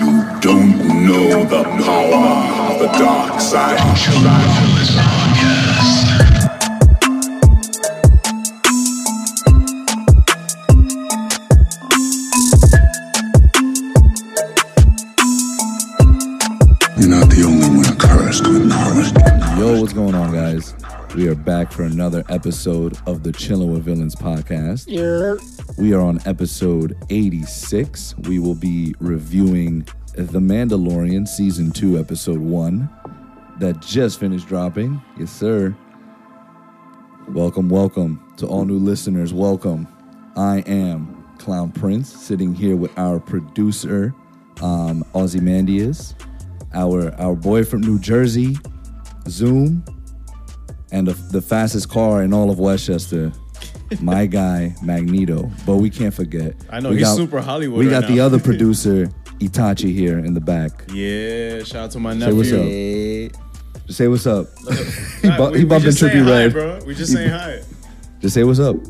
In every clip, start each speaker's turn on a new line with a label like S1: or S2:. S1: You don't know the power of the dark side. You're not the only one cursed with knowledge.
S2: Yo, what's going on, guys? We are back for another episode of the Chillin' with Villains podcast. We are on episode 86. We will be reviewing The Mandalorian season 2 episode 1 that just finished dropping. Yes, sir. Welcome, welcome to all new listeners. Welcome. I am Clown Prince sitting here with our producer um Ozymandias, our our boy from New Jersey, Zoom, and the, the fastest car in all of Westchester. My guy Magneto, but we can't forget.
S3: I know,
S2: we
S3: he's super Hollywood
S2: We
S3: right
S2: got the
S3: now.
S2: other producer Itachi here in the back.
S3: Yeah, shout out to my
S2: Say
S3: nephew.
S2: what's up. Just say what's up. he
S3: Nah,
S2: bu-
S3: we-
S2: he
S3: we
S2: bumping
S3: just saying
S2: Trippy
S3: hi,
S2: Red.
S3: bro. We just saying hi.
S2: Just say what's up. All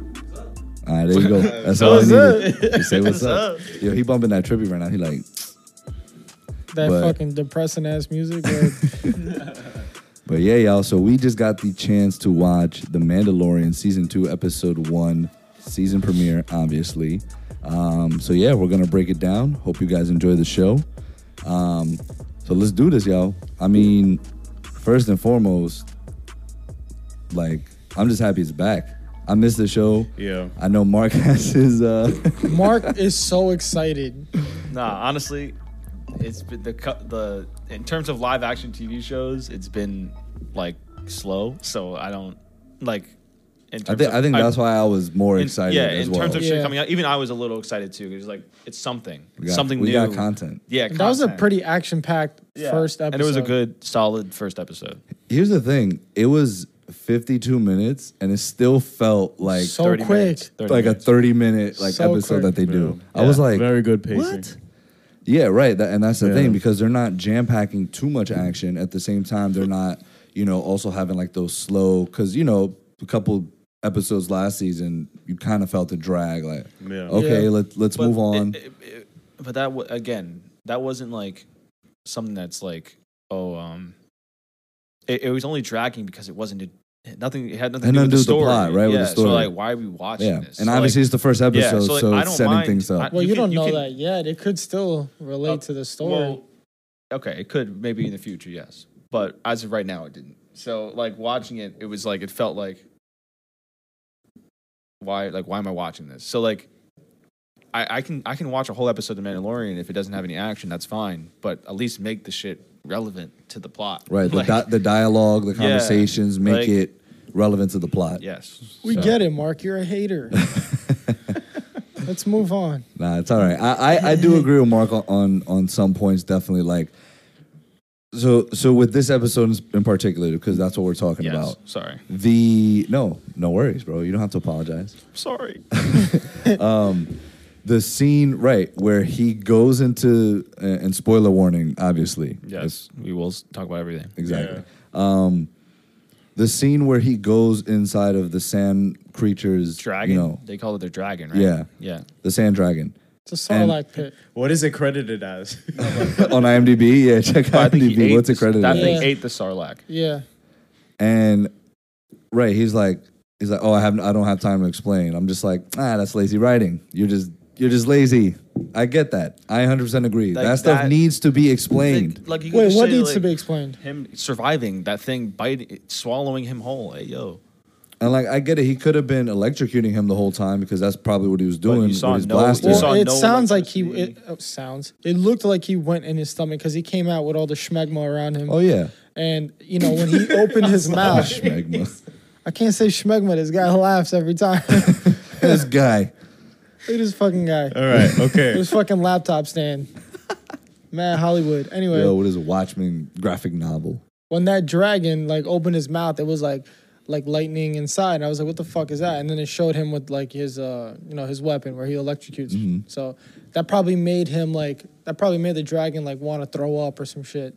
S2: right, there you go. That's all I needed. Just say what's up. Yo, he bumping that trippy right now. He like,
S4: That
S2: But-
S4: fucking depressing ass music. But
S2: but yeah, y'all. So we just got the chance to watch The Mandalorian season two, episode one, season premiere, obviously. Um, so yeah, we're gonna break it down. Hope you guys enjoy the show. Um, so let's do this, y'all. I mean, first and foremost, like I'm just happy it's back. I missed the show.
S3: Yeah.
S2: I know Mark has his uh
S4: Mark is so excited.
S5: Nah, honestly, it's been the cu- the in terms of live action TV shows, it's been like slow. So I don't like. In
S2: I
S5: terms
S2: think
S5: of,
S2: I think that's why I was more
S5: in-
S2: excited
S5: Yeah,
S2: as
S5: in
S2: well.
S5: terms of shit
S4: Yeah.
S5: coming out, even I was a little excited too because like it's something,
S2: we got,
S5: something
S2: we
S5: new.
S2: got content.
S5: Yeah,
S4: That was a
S5: content.
S4: pretty action packed
S5: Yeah.
S4: first episode.
S5: and it was a good, solid first episode.
S2: Here's the thing: it was 52 minutes, and it still felt like
S4: So
S5: 30
S4: quick.
S5: minutes, 30
S2: like a
S5: minutes.
S2: 30 minute like
S4: So
S2: episode that
S4: quick.
S2: they do.
S5: Yeah.
S2: I was
S5: Yeah.
S2: like,
S3: Very good pacing.
S2: What? Yeah, right. That, and that's the
S3: Yeah.
S2: thing because they're not jam packing too much action. At the same time, they're not, you know, also having like those slow because you know a couple episodes last season you kind of felt the drag. Like,
S3: Yeah.
S2: okay,
S4: Yeah.
S2: let let's
S5: But
S2: move
S5: it-
S2: on.
S5: it- it- but that wa again, that wasn't like something that's like oh um. It, it was only dragging because it wasn't a, nothing. It had nothing
S2: And
S5: to do
S2: then
S5: with the
S2: do the
S5: story,
S2: plot, right,
S5: Yeah,
S2: with the story.
S5: So like, why are we watching
S2: yeah,
S5: this?
S2: and
S5: So,
S2: obviously
S5: like,
S2: it's the first episode,
S5: yeah,
S2: so,
S5: so, like, I
S2: it's
S5: don't
S2: setting
S5: mind-
S2: things up.
S5: I-
S4: Well, you,
S5: You can-
S4: don't
S5: you
S4: know
S5: can- Uh,
S4: that yet. It could still relate to the story.
S5: Well, okay, it could maybe in the future, yes, but as of right now, it didn't. So like watching it, it was like it felt like why like why am I watching this? So like I, I can I can watch a whole episode of Mandalorian if it doesn't have any action, that's fine. But at least make the shit relevant to the plot.
S2: Right. The,
S5: Like,
S2: di- the dialogue, the
S5: Yeah,
S2: conversations make
S5: like-
S2: it relevant to the plot.
S5: yes.
S4: we get it, Mark. You're a hater. Let's move on.
S2: Nah, it's all right. I, I, I do agree with Mark on, on on some points, definitely. Like, so so with this episode in particular, because that's what we're talking
S5: Yes.
S2: about.
S5: Sorry.
S2: The no, no worries, bro. You don't have to apologize.
S5: Sorry.
S2: The scene, right, where he goes into uh, and spoiler warning, obviously.
S5: yes. We will s- talk about everything.
S2: exactly. Um, the scene where he goes inside of the sand creatures,
S5: Dragon.
S2: you know,
S5: They call it their dragon, right?
S2: Yeah.
S5: Yeah.
S2: the sand dragon.
S4: It's a Sarlacc pit.
S3: What is it credited as?
S2: Oh. on IMDb. Yeah, check
S5: But I
S2: out
S5: think he
S2: IMDb.
S5: ate
S2: What's
S5: the-
S2: it credited
S5: That
S2: as?
S5: thing
S4: Yeah.
S5: ate the Sarlacc.
S4: Yeah.
S2: And right, he's like, he's like, oh, I have, I don't have time to explain. I'm just like, ah, that's lazy writing. You're just, you're just lazy. I get that. I 100% agree.
S5: Like
S2: that stuff
S5: that-
S2: needs to be explained.
S5: Like, you could
S4: Wait,
S5: just
S4: what
S5: say,
S4: needs to
S5: like,
S4: be explained?
S5: him surviving that thing biting swallowing him whole hey yo
S2: and like, I get it. He could have been electrocuting him the whole time because that's probably what he was doing
S5: you saw
S2: with his
S5: no-
S2: blaster.
S5: you saw
S4: Well, it
S5: no
S4: sounds like he it,
S5: electricity.
S4: oh, sounds. It looked like he went in his stomach because he came out with all the schmegma around him.
S2: oh yeah.
S4: And you know when he opened his mouth,
S2: Schmegma.
S4: I can't say schmegma. This guy laughs every time.
S2: this guy.
S4: Look at this fucking guy.
S3: All right, okay.
S4: This fucking laptop stand. Mad Hollywood. Anyway,
S2: Yo, what is a Watchmen graphic novel?
S4: when that dragon like opened his mouth, it was like like lightning inside. And I was like, what the fuck is that? And then it showed him with like his uh you know, his weapon where he electrocutes.
S2: Mm-hmm.
S4: So that probably made him like that probably made the dragon like want to throw up or some shit.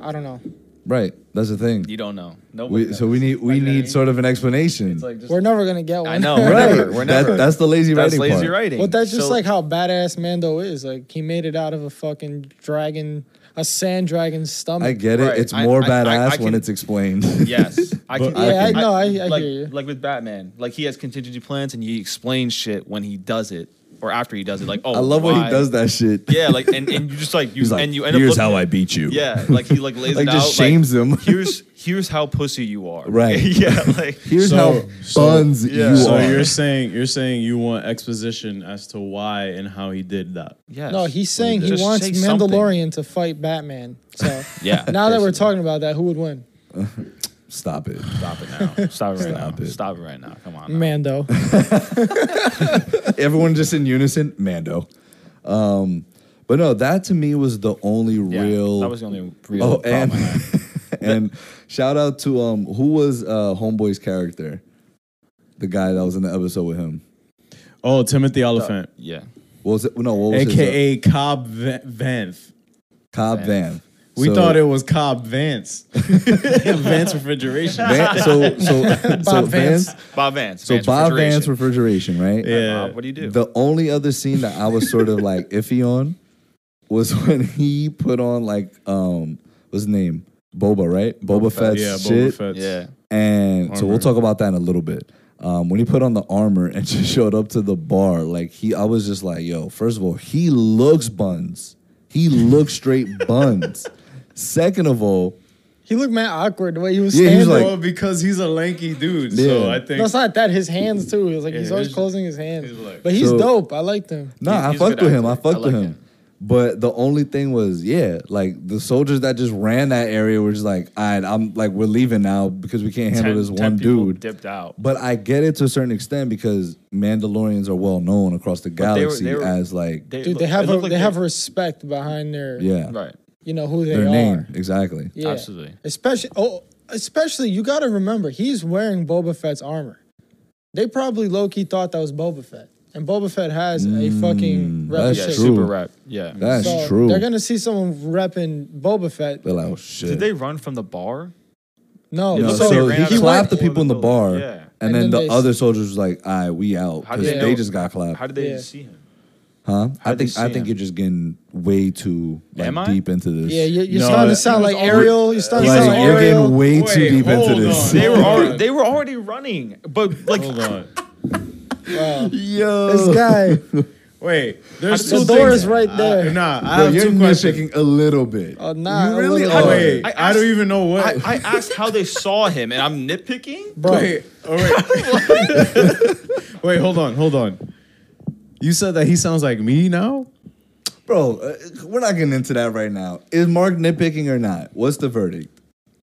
S4: I don't know.
S2: Right. That's the thing.
S5: You don't know. Nobody.
S2: We,
S5: knows.
S2: so we need we
S5: Like,
S2: need sort of an explanation.
S5: It's like just.
S4: We're never gonna get one.
S5: I know. We're
S2: right.
S5: never. We're
S2: That-
S5: never.
S2: that's the lazy
S5: That's
S2: writing
S5: lazy
S2: part.
S5: writing.
S4: But that's just
S5: So-
S4: like how badass Mando is. Like he made it out of a fucking dragon, a sand dragon's stomach.
S2: I get it.
S5: Mm, Right.
S2: It's
S5: I-
S2: more
S5: I- I-
S2: badass
S5: I
S2: when
S5: can-
S2: it's explained.
S5: Yes, I can.
S2: But I Yeah, I- can-
S4: no, I- I
S5: like,
S4: hear you.
S5: Like with Batman, like he has contingency plans and he explains shit when he does it or after he does it. Like, oh,
S2: I love when he
S5: why-
S2: does that shit.
S5: Yeah, like and, and you just like you
S2: He's like,
S5: and you end
S2: here's
S5: up
S2: how
S5: looking-
S2: I beat you.
S5: Yeah, like he like lays
S2: Like,
S5: it
S2: just
S5: out.
S2: shames him.
S5: Here's here's how pussy you are.
S2: Right.
S5: yeah. Like
S2: Here's
S3: So-
S2: how
S3: so-
S2: buns
S5: yeah.
S2: you
S3: So
S2: are.
S3: you're saying you're saying you want exposition as to why and how he did that.
S5: yes.
S4: No, he's saying he
S5: Just
S4: wants
S5: say something.
S4: Mandalorian to fight Batman. So
S5: Yeah.
S4: now that we're
S5: basically.
S4: talking about that, who would win?
S2: Stop it.
S5: Stop it now. Stop it right
S2: Stop
S5: now.
S2: it.
S5: Stop it right now. Come on. now.
S4: Mando.
S2: Everyone just in unison, Mando. Um, but no, that to me was the only
S5: Yeah,
S2: real.
S5: That was the only real.
S2: oh,
S5: problem
S2: and
S5: I had.
S2: and shout out to um, who was uh, Homeboy's character? The guy that was in the episode with him.
S3: Oh, Timothy Oliphant,
S5: yeah.
S2: What was it? No, what was his, uh,
S3: aka Cobb Va- Vanth.
S2: Cobb Van.
S3: We
S2: So-
S3: thought it was Cobb Vance. Vance refrigeration.
S2: Van, so so so
S4: Bob Vance.
S2: Vance.
S5: Bob Vance.
S2: So
S5: Vance
S2: Bob
S5: refrigeration.
S2: Vance refrigeration, right?
S3: Yeah.
S5: Bob, what do you do?
S2: The only other scene that I was sort of like iffy on was when he put on like um what's his name? Boba, right? Boba, Fett's
S3: yeah,
S2: shit.
S3: Boba Fett's.
S5: yeah.
S2: And so we'll
S3: Armor.
S2: talk about that in a little bit. Um, when he put on the armor and just showed up to the bar, like he, I was just like, yo, first of all, he looks buns. He looks straight buns. Second of all,
S4: he looked mad awkward the way he was
S2: Yeah, he
S4: standing.
S2: was like-
S3: well, Oh, because he's a lanky dude, so
S2: Yeah.
S3: I think
S4: no, it's not that. His hands too. He was like he's
S3: Yeah,
S4: always
S3: he's-
S4: closing his hands.
S3: he's like-
S4: but he's
S2: So-
S4: dope. I liked him.
S2: No,
S5: He's-
S2: I
S5: he's a
S2: fucked
S5: good
S2: with him. I
S5: actor.
S2: fucked
S5: I
S2: with
S5: like
S2: him.
S5: him.
S2: But the only thing was, yeah, like the soldiers that just ran that area were just like, all right, I'm like, we're leaving now because we can't handle
S5: Ten-
S2: this
S5: ten
S2: one
S5: people
S2: dude.
S5: dipped out.
S2: But I get it to a certain extent because Mandalorians are well known across the
S5: they were-
S2: galaxy
S5: they were-
S2: as like,
S4: Dude, they
S5: look-
S4: have
S5: look
S4: a,
S5: like
S4: they have respect behind their
S2: yeah,
S5: right.
S4: you know who they
S2: their
S4: are.
S2: name exactly.
S4: Yeah.
S5: Absolutely.
S4: Especially oh especially you gotta remember he's wearing Boba Fett's armor. They probably low key thought that was Boba Fett. And Boba Fett has a fucking rep
S2: Mm, that's
S5: Yeah,
S4: shit.
S2: true.
S5: super rap. Yeah.
S2: That's
S4: So
S2: true.
S4: They're
S2: They're,
S4: gonna see someone repping Boba Fett.
S2: like, oh shit.
S5: Did they run from the bar?
S4: No,
S2: No,
S5: looks
S2: so
S5: like they ran
S2: he
S5: out of
S2: clapped the
S5: people
S2: people in
S5: in
S2: the
S5: the
S2: bar,
S5: building. Yeah.
S2: and
S4: And
S2: then
S4: then
S2: the
S4: they-
S2: other soldiers was like, "All right, we out,"
S5: How
S2: because
S5: did
S2: they,
S5: they know-
S2: just got clapped.
S5: How did they
S4: Yeah.
S5: see him?
S2: Huh? I
S5: How'd they
S2: think I
S5: see
S2: think
S5: him?
S2: you're just getting way too
S5: Am
S2: like
S5: I?
S2: deep into this.
S4: Yeah, you, you're
S3: No,
S4: starting
S3: it-
S4: to sound
S3: it was
S4: like
S3: already-
S4: Ariel. You're starting to
S2: like
S4: sound
S2: you're
S4: like Ariel.
S2: getting way too
S3: Wait,
S2: deep into
S3: hold
S2: this.
S3: on.
S5: They were
S3: Hold
S5: already
S3: on.
S5: they were already running, but like
S3: Hold on.
S2: Yo,
S4: this guy.
S3: Wait, there's
S5: The
S3: two
S4: door
S3: things-
S4: is right
S5: Uh,
S4: there.
S3: I, nah, I
S2: Bro,
S3: have
S2: you're
S3: two questions.
S2: nitpicking a little bit.
S4: Oh, nah,
S2: you
S4: a
S2: really
S4: little
S2: are.
S3: Wait, I,
S5: I asked-
S3: don't even know what.
S5: I, I asked how they saw him, and I'm nitpicking.
S4: Bro.
S3: Wait, oh, wait. wait, hold on, hold on. You said that he sounds like me now?
S2: bro. Uh, we're not getting into that right now. Is Mark nitpicking or not? What's the verdict?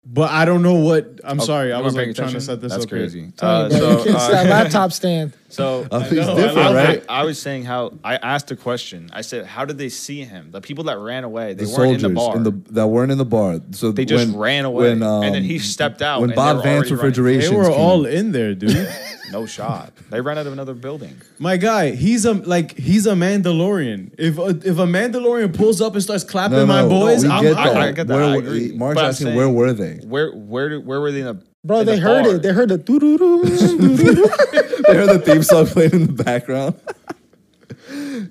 S3: But I don't know what. I'm sorry. I
S5: You
S3: was like
S5: weren't paying
S3: trying to
S5: attention?
S3: set this
S5: That's
S3: up. here.
S5: crazy.
S4: Tony,
S5: Uh,
S4: bro, you
S5: so,
S4: can't- that
S5: uh,
S4: laptop stand.
S5: so uh,
S2: I think it's
S3: know, I
S2: Uh, different,
S5: I,
S3: know.
S2: right?
S5: I was saying how I asked a question. I said, "How did they see him? The people that ran away, they
S2: the
S5: weren't
S2: soldiers
S5: in the bar.
S2: that weren't in the bar. So
S5: they just
S2: when-
S5: ran away,
S2: when, um,
S5: and then he stepped out.
S2: when
S5: and
S2: Bob
S5: they were
S2: Vance
S5: already running.
S2: refrigeration.
S3: They were all in there, dude.
S5: no shot. They ran out of another building.
S3: My guy, he's a like he's a Mandalorian. If a, if a Mandalorian pulls up and starts clapping my boys,
S2: we
S3: I'm
S2: get
S3: out.
S2: that.
S5: I get that,
S2: Where
S5: I
S2: were-
S5: agree.
S2: Mark's
S5: But I'm
S2: asking
S5: saying-
S2: where were they?
S5: Where where do- where were they in the
S4: Bro,
S5: in
S4: they
S5: the
S4: heard
S5: bar?
S4: it. They heard the doo doo doo.
S2: they heard the theme song playing in the background.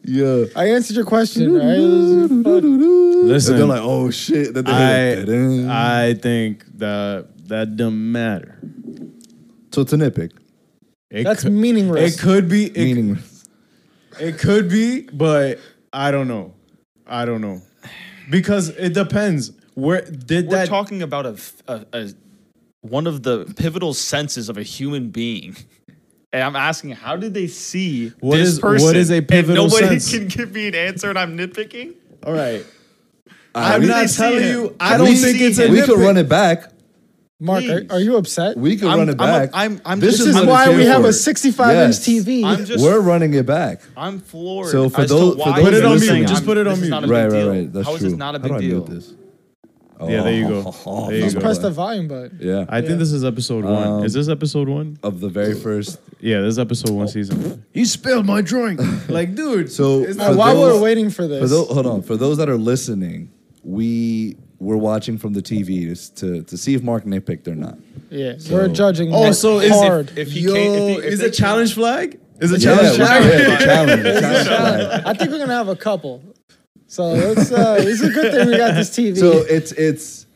S2: yeah.
S4: I answered your question, right? It was- fuck.
S2: And
S3: Listen,
S2: they're like, oh shit. Then they hit it. Da-dum.
S3: I I think that that doesn't matter.
S2: so it's a nitpick.
S3: It
S4: That's
S3: could-
S4: meaningless.
S3: It could be. It,
S2: Meaning,
S3: It could be, but I don't know. I don't know because it depends. Where did
S5: We're
S3: that?
S5: talking about a, f- a- a- one of the pivotal senses of a human being. And I'm asking, how did they see
S3: What
S5: this
S3: is- what
S5: person?
S3: is a
S5: and
S3: pivotal
S5: nobody
S3: sense?
S5: can give me an answer, and I'm nitpicking.
S3: all
S2: Alright,
S3: right.
S2: we-
S3: I'm
S5: they
S3: not
S5: see
S3: telling
S5: him?
S3: you.
S5: Can
S3: I don't
S5: we
S3: think
S5: see
S3: it's a.
S5: him?
S2: we could
S3: nitpick.
S2: run it back.
S4: Mark, are,
S5: Please.
S4: are you upset?
S2: We could
S5: I'm-
S2: run it
S5: I'm a-
S2: back.
S5: I'm- I'm
S2: This
S5: just-
S2: is
S4: this is
S2: what
S4: why
S2: it's
S4: we
S2: here
S4: have
S2: for.
S4: a 65
S2: Yes.
S4: inch TV.
S5: I'm just,
S2: We're running it back.
S5: I'm floored.
S2: So for
S5: as to
S2: those- for
S5: why
S2: those
S5: this
S3: Put it on
S5: is
S3: mute.
S5: saying
S3: Just
S5: I'm-
S3: put it on
S5: this is
S3: mute.
S5: not a big
S2: Right, right,
S5: deal.
S2: right. That's
S5: How is
S2: true.
S5: this not a
S2: How do
S5: big
S2: I
S5: deal?
S2: mute this?
S3: Yeah, there you go.
S2: Oh,
S3: There you
S4: Just
S3: go.
S4: press the volume button.
S2: Yeah.
S3: I think this is episode one.
S4: Um,
S3: is this episode one?
S2: of the very first.
S3: Yeah, this is episode one, season one. You spilled my drink. like, dude.
S2: So
S3: it's
S2: for
S4: Uh, while
S2: those-
S4: we're waiting for this,
S2: For those, hold on. For those that are listening, we we're watching from the TV to s- to, to see if Mark nitpicked or not.
S4: Yeah,
S2: So-
S4: we're judging.
S3: Oh,
S4: that
S3: so is
S4: hard.
S5: If he
S3: Yo,
S5: can't- if he- if
S3: is
S5: they
S3: a challenge flag? Is a
S2: Yeah,
S3: challenge flag?
S2: we're- yeah, challenge, challenge flag.
S4: I think we're gonna have a couple. So it's uh, it's a good thing we got this TV.
S2: So it's it's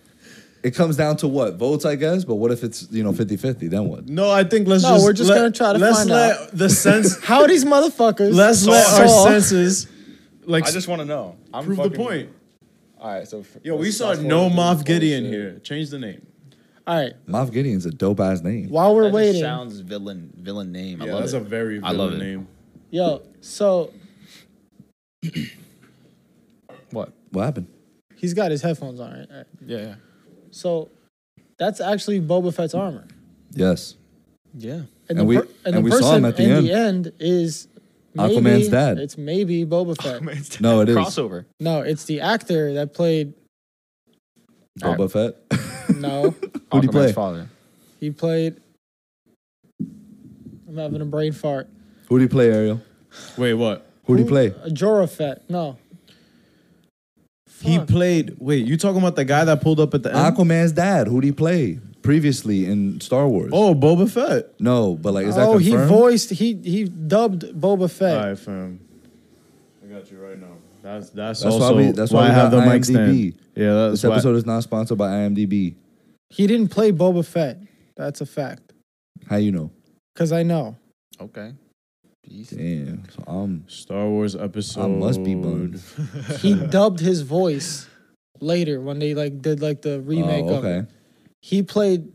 S2: it comes down to what votes, I guess. But what if it's you know 50-50? Then what?
S3: No, I think let's
S4: No,
S3: just
S4: we're just
S3: let-
S4: gonna try to
S3: let's
S4: find
S3: let the sense
S4: How these motherfuckers?
S3: let's let our
S4: saw-
S3: senses like
S5: I just want to know. I'm
S3: prove the
S5: fucking-
S3: point.
S5: All right, so f-
S3: Yo, we
S5: let's
S3: saw
S5: fast
S3: no
S5: forward to
S3: Moff
S5: this
S3: Gideon
S5: bullshit.
S3: here. Change the name.
S4: All right,
S2: Moff Gideon's a dope ass name.
S4: while
S5: That
S4: we're
S5: just
S4: waiting,
S5: sounds villain villain name. I
S3: Yeah,
S5: love
S3: that's
S5: it.
S3: a very
S5: I love
S3: villain
S5: it.
S3: name.
S4: yo. So
S5: what?
S2: What happened?
S4: he's got his headphones on, right? All right.
S5: Yeah, yeah,
S4: So that's actually Boba Fett's armor,
S2: Yes,
S5: yeah.
S2: And
S4: the
S2: we-
S4: per-
S2: and
S4: the
S2: we saw him
S4: person
S2: at the
S4: in
S2: end.
S4: the end is maybe,
S2: Aquaman's dad.
S4: It's maybe Boba Fett.
S2: No, it is.
S5: crossover.
S4: No, it's the actor that played.
S2: Boba Fett.
S4: No,
S2: Who'd he
S5: Aquaman's
S2: play?
S5: Father.
S4: he played. I'm having a brain fart.
S2: Who do you play, Ariel?
S3: Wait, what?
S2: Who do you play?
S4: Uh, Jorah Fett. No.
S3: He
S4: Fuck.
S3: played. Wait, you talking about the guy that pulled up at
S2: Ah,
S3: the end?
S2: Aquaman's dad. Who do you play previously in Star Wars?
S3: Oh, Boba Fett.
S2: no, but like is that
S4: oh, he
S2: confirmed?
S4: voiced. He he dubbed Boba Fett.
S3: All right, fam. I got you right now. That's that's,
S2: That's why
S3: also
S2: we- that's why
S3: I
S2: we
S3: have the
S2: got
S3: mic
S2: IMDb.
S3: stand. Yeah, that's
S2: This
S3: why.
S2: episode is not sponsored by IMDb.
S4: He didn't play Boba Fett. That's a fact.
S2: How you know?
S4: Cause I know.
S5: Okay. Jeez.
S2: Damn. So um, I'm
S3: Star Wars episode.
S2: I must be boned.
S4: He dubbed his voice later when they like did like the remake
S2: Oh,
S4: of
S2: okay.
S4: it. He played.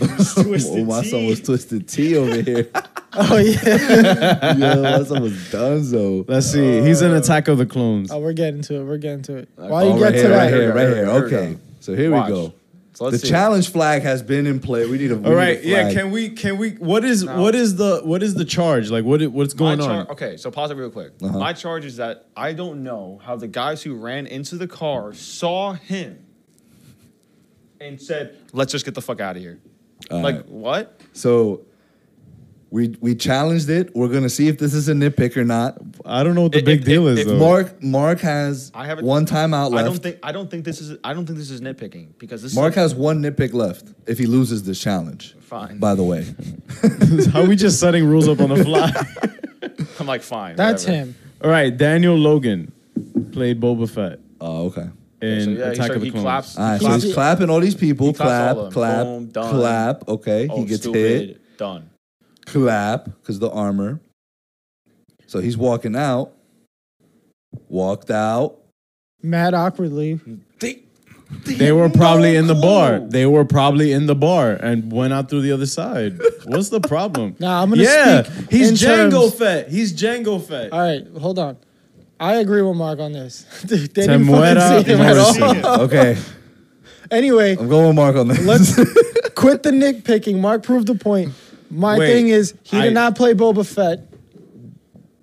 S2: oh, my son was twisted T over here.
S4: Oh yeah.
S2: Yo, my son was donezo.
S3: Let's see. He's in Attack of the Clones.
S4: oh, we're getting to it. We're getting to it.
S5: Okay.
S4: Why
S2: Oh,
S4: you
S2: right
S4: get
S2: here,
S4: to that?
S2: right here, right
S5: Here we
S2: here.
S5: go.
S2: Okay. So here
S5: Watch.
S2: we go.
S5: So let's
S2: the
S5: see.
S2: challenge flag has been in play. We need a. We
S3: All right.
S2: Need a
S3: Yeah.
S2: flag.
S3: Can we? Can we? What is? What is the? What is the charge? Like what? i- What's going
S5: My char-
S3: on?
S5: Okay, so pause it real quick.
S2: Uh-huh.
S5: My charge is that I don't know how the guys who ran into the car saw him and said, "Let's just get the fuck out of here." like
S2: right.
S5: what?
S2: So we we challenged it. We're gonna see if this is a nitpick or not.
S3: I don't know what the
S5: If-
S3: big
S5: if-
S3: deal
S5: if
S3: is though.
S2: Mark Mark has
S5: I haven't-
S2: one timeout
S5: I
S2: left.
S5: don't think I don't think this is I don't think this is nitpicking because this
S2: Mark
S5: is
S2: has one nitpick left if he loses this challenge.
S5: Fine.
S2: By the way,
S3: How we just setting rules up on the fly?
S5: I'm like fine.
S4: That's
S5: whatever.
S4: him.
S3: All right. Daniel Logan played Boba Fett
S2: oh okay.
S3: in
S5: So, yeah, he
S3: Attack
S5: started-
S3: of the
S5: he
S3: Clones.
S5: claps.
S2: All right, Ah, so
S4: Claps.
S2: he's clapping all these people.
S5: He claps
S2: Clap,
S5: all of them.
S2: clap,
S5: Boom, done.
S2: clap. Okay,
S5: Oh,
S2: he gets
S5: stupid.
S2: hit.
S5: Done.
S2: Clap, because the armor. So he's walking out. Walked out.
S4: Mad awkwardly.
S3: They were probably in the
S5: clue.
S3: bar. They were probably in the bar and went out through the other side. What's the problem?
S4: Nah, I'm gonna
S3: yeah,
S4: speak
S3: he's
S4: in
S3: Django
S4: terms-
S3: Fett. He's Django Fett.
S4: All right, hold on. I agree with Mark on this. they
S3: Te
S4: didn't
S3: muera
S4: fucking see him at
S5: Oh,
S3: Morrison.
S4: all.
S2: Okay,
S4: anyway,
S2: I'm going with Mark on this.
S4: Let's quit the nitpicking. Mark proved the point. My
S3: Wait,
S4: thing is, he
S3: I-
S4: did not play Boba Fett.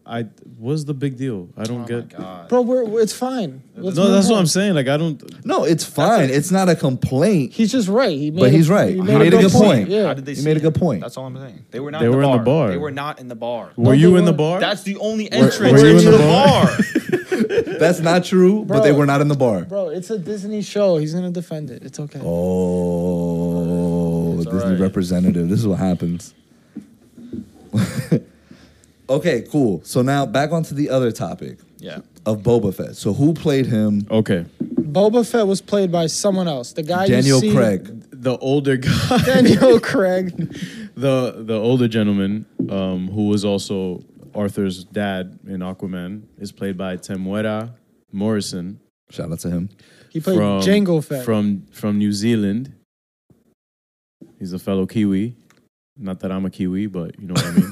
S3: I what's the big deal? I don't
S5: Oh my
S3: get.
S5: god.
S4: Bro, we're, it's fine. Let's
S3: No,
S4: move
S3: that's
S4: on.
S3: what I'm saying. Like I don't.
S2: No, it's fine. it's not a complaint.
S4: He's just right. He made
S2: But
S4: a-
S2: he's right.
S4: He
S2: He
S4: made,
S2: made
S4: a good point. Yeah.
S5: How did they
S2: You
S5: see
S2: made a
S5: him?
S2: good point.
S5: That's all I'm saying. They were not.
S3: They
S5: in the
S3: were in
S5: bar.
S3: the bar.
S5: They were not in the bar.
S3: Were
S4: they
S3: you in the
S4: weren't.
S3: bar?
S5: That's the only entrance
S3: were you in
S5: into
S3: the
S5: the bar.
S2: That's not true, but
S4: Bro.
S2: they were not in the bar.
S4: Bro, it's a Disney show. He's gonna defend it. It's okay.
S2: Oh, Disney
S5: alright.
S2: representative. This is what happens. okay, cool. So now back onto the other topic
S5: yeah.
S2: of Boba Fett. So who played him?
S3: Okay,
S4: Boba Fett was played by someone else. The guy
S2: Daniel
S4: you see,
S2: Craig.
S3: the older guy,
S4: Daniel Craig.
S3: the the older gentleman, um, who was also Arthur's dad in Aquaman, is played by Temuera Morrison
S2: Shout out to him.
S4: He played Django Fett.
S3: from from New Zealand. He's a fellow Kiwi. Not that I'm a Kiwi, but you know what I mean.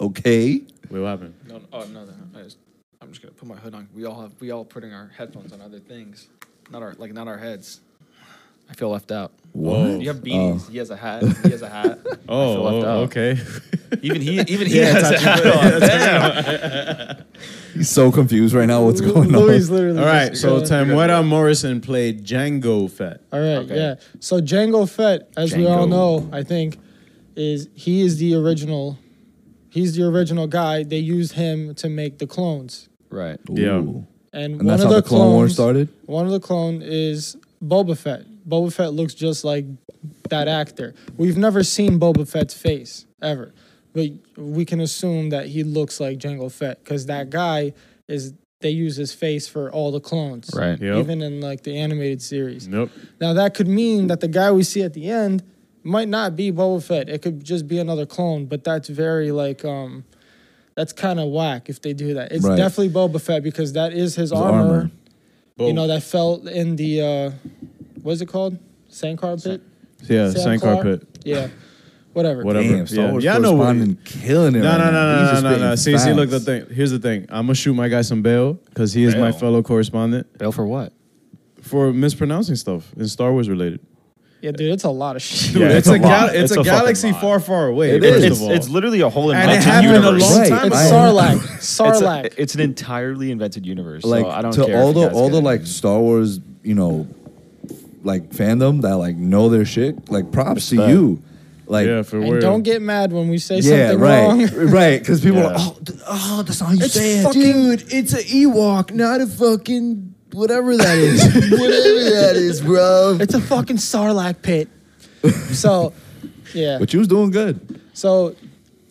S2: Okay.
S3: Wait, what happened?
S5: No, no, oh, no, no, I just, I'm just gonna put my hood on. We all have, we all putting our headphones on other things, not our, like, not our heads. I feel left out.
S2: What?
S5: You have beanies. He has a hat. He has a hat.
S3: Oh,
S5: left
S3: oh,
S5: out.
S3: okay.
S5: even he, even he has a hat on. Damn.
S2: He's so confused right now. What's going
S4: Louis
S2: on?
S4: literally.
S3: All right,
S4: just-
S3: so
S4: Yeah.
S3: Tamuera Morrison played Django Fett.
S4: All right,
S5: Okay.
S4: yeah. So Django Fett, as we all
S2: Django.
S4: know, I think, is he is the original. He's the original guy. They used him to make the clones,
S5: Right.
S3: Yeah.
S2: Ooh.
S4: And,
S2: And
S4: one
S2: that's
S4: of
S2: how
S4: the,
S2: the Clone
S4: clones,
S2: Wars started?
S4: One of the clone is Boba Fett. Boba Fett looks just like that actor. We've never seen Boba Fett's face ever, but we can assume that he looks like Jango Fett because that guy is. They use his face for all the clones,
S6: Right.
S3: Yep.
S4: Even in like the animated series.
S3: Nope.
S4: Now that could mean that the guy we see at the end might not be Boba Fett. It could just be another clone, but that's very like um that's kind of whack if they do that. It's
S2: Right.
S4: definitely Boba Fett because that is his,
S2: His
S4: armor,
S2: armor.
S3: Bo-
S4: You know that fell in the uh what is it called? Sandcar pit?
S3: yeah, Sankar
S4: Sandcar?
S3: carpet.
S4: Yeah. Whatever.
S3: Whatever.
S2: Damn, Star
S3: yeah.
S2: Wars
S3: yeah, I know what-
S2: correspondent killing it.
S3: No,
S2: right
S3: no, no,
S2: now. He's
S3: no, no,
S2: just
S3: no, no. See,
S2: spitting
S3: see, look, the
S2: facts.
S3: thing. Here's the thing. I'm gonna shoot my guy some bail because he is my
S6: Bail.
S3: fellow correspondent
S6: Bail for what?
S3: for mispronouncing stuff in Star Wars related.
S4: Yeah, dude, it's a lot of shit.
S3: Dude,
S6: Yeah,
S3: it's,
S6: it's
S3: a,
S6: a
S3: gal-
S6: lot.
S3: it's,
S6: It's
S3: a,
S6: a fucking
S3: galaxy
S6: lot.
S3: far, far away.
S2: It
S3: first
S2: is.
S6: It's,
S3: of all,
S6: it's literally a whole
S3: and it
S6: invented
S3: happened
S6: universe.
S3: a long
S2: Right.
S3: time
S4: It's
S3: ago.
S2: I-
S4: Sarlacc.
S6: It's, a-
S4: Sarlacc.
S6: it's an entirely invented universe.
S2: like
S6: so I don't
S2: to
S6: care
S2: all
S6: if you
S2: the
S6: guys
S2: all the
S6: get it.
S2: like Star Wars, you know, like fandom that like know their shit. Like props to
S6: Respect.
S2: you. Like
S3: yeah, for
S4: and
S3: real.
S4: don't get mad when we say
S2: yeah,
S4: something
S2: right,
S4: wrong.
S2: right. Because people are
S6: Yeah.
S2: like, oh, th- oh, that's not how you
S4: It's
S2: say it,
S4: fucking-
S2: dude. It's E an Ewok, not a fucking whatever that is, whatever that is, bro.
S4: It's a fucking Sarlacc pit. So, yeah.
S2: But you was doing good.
S4: So,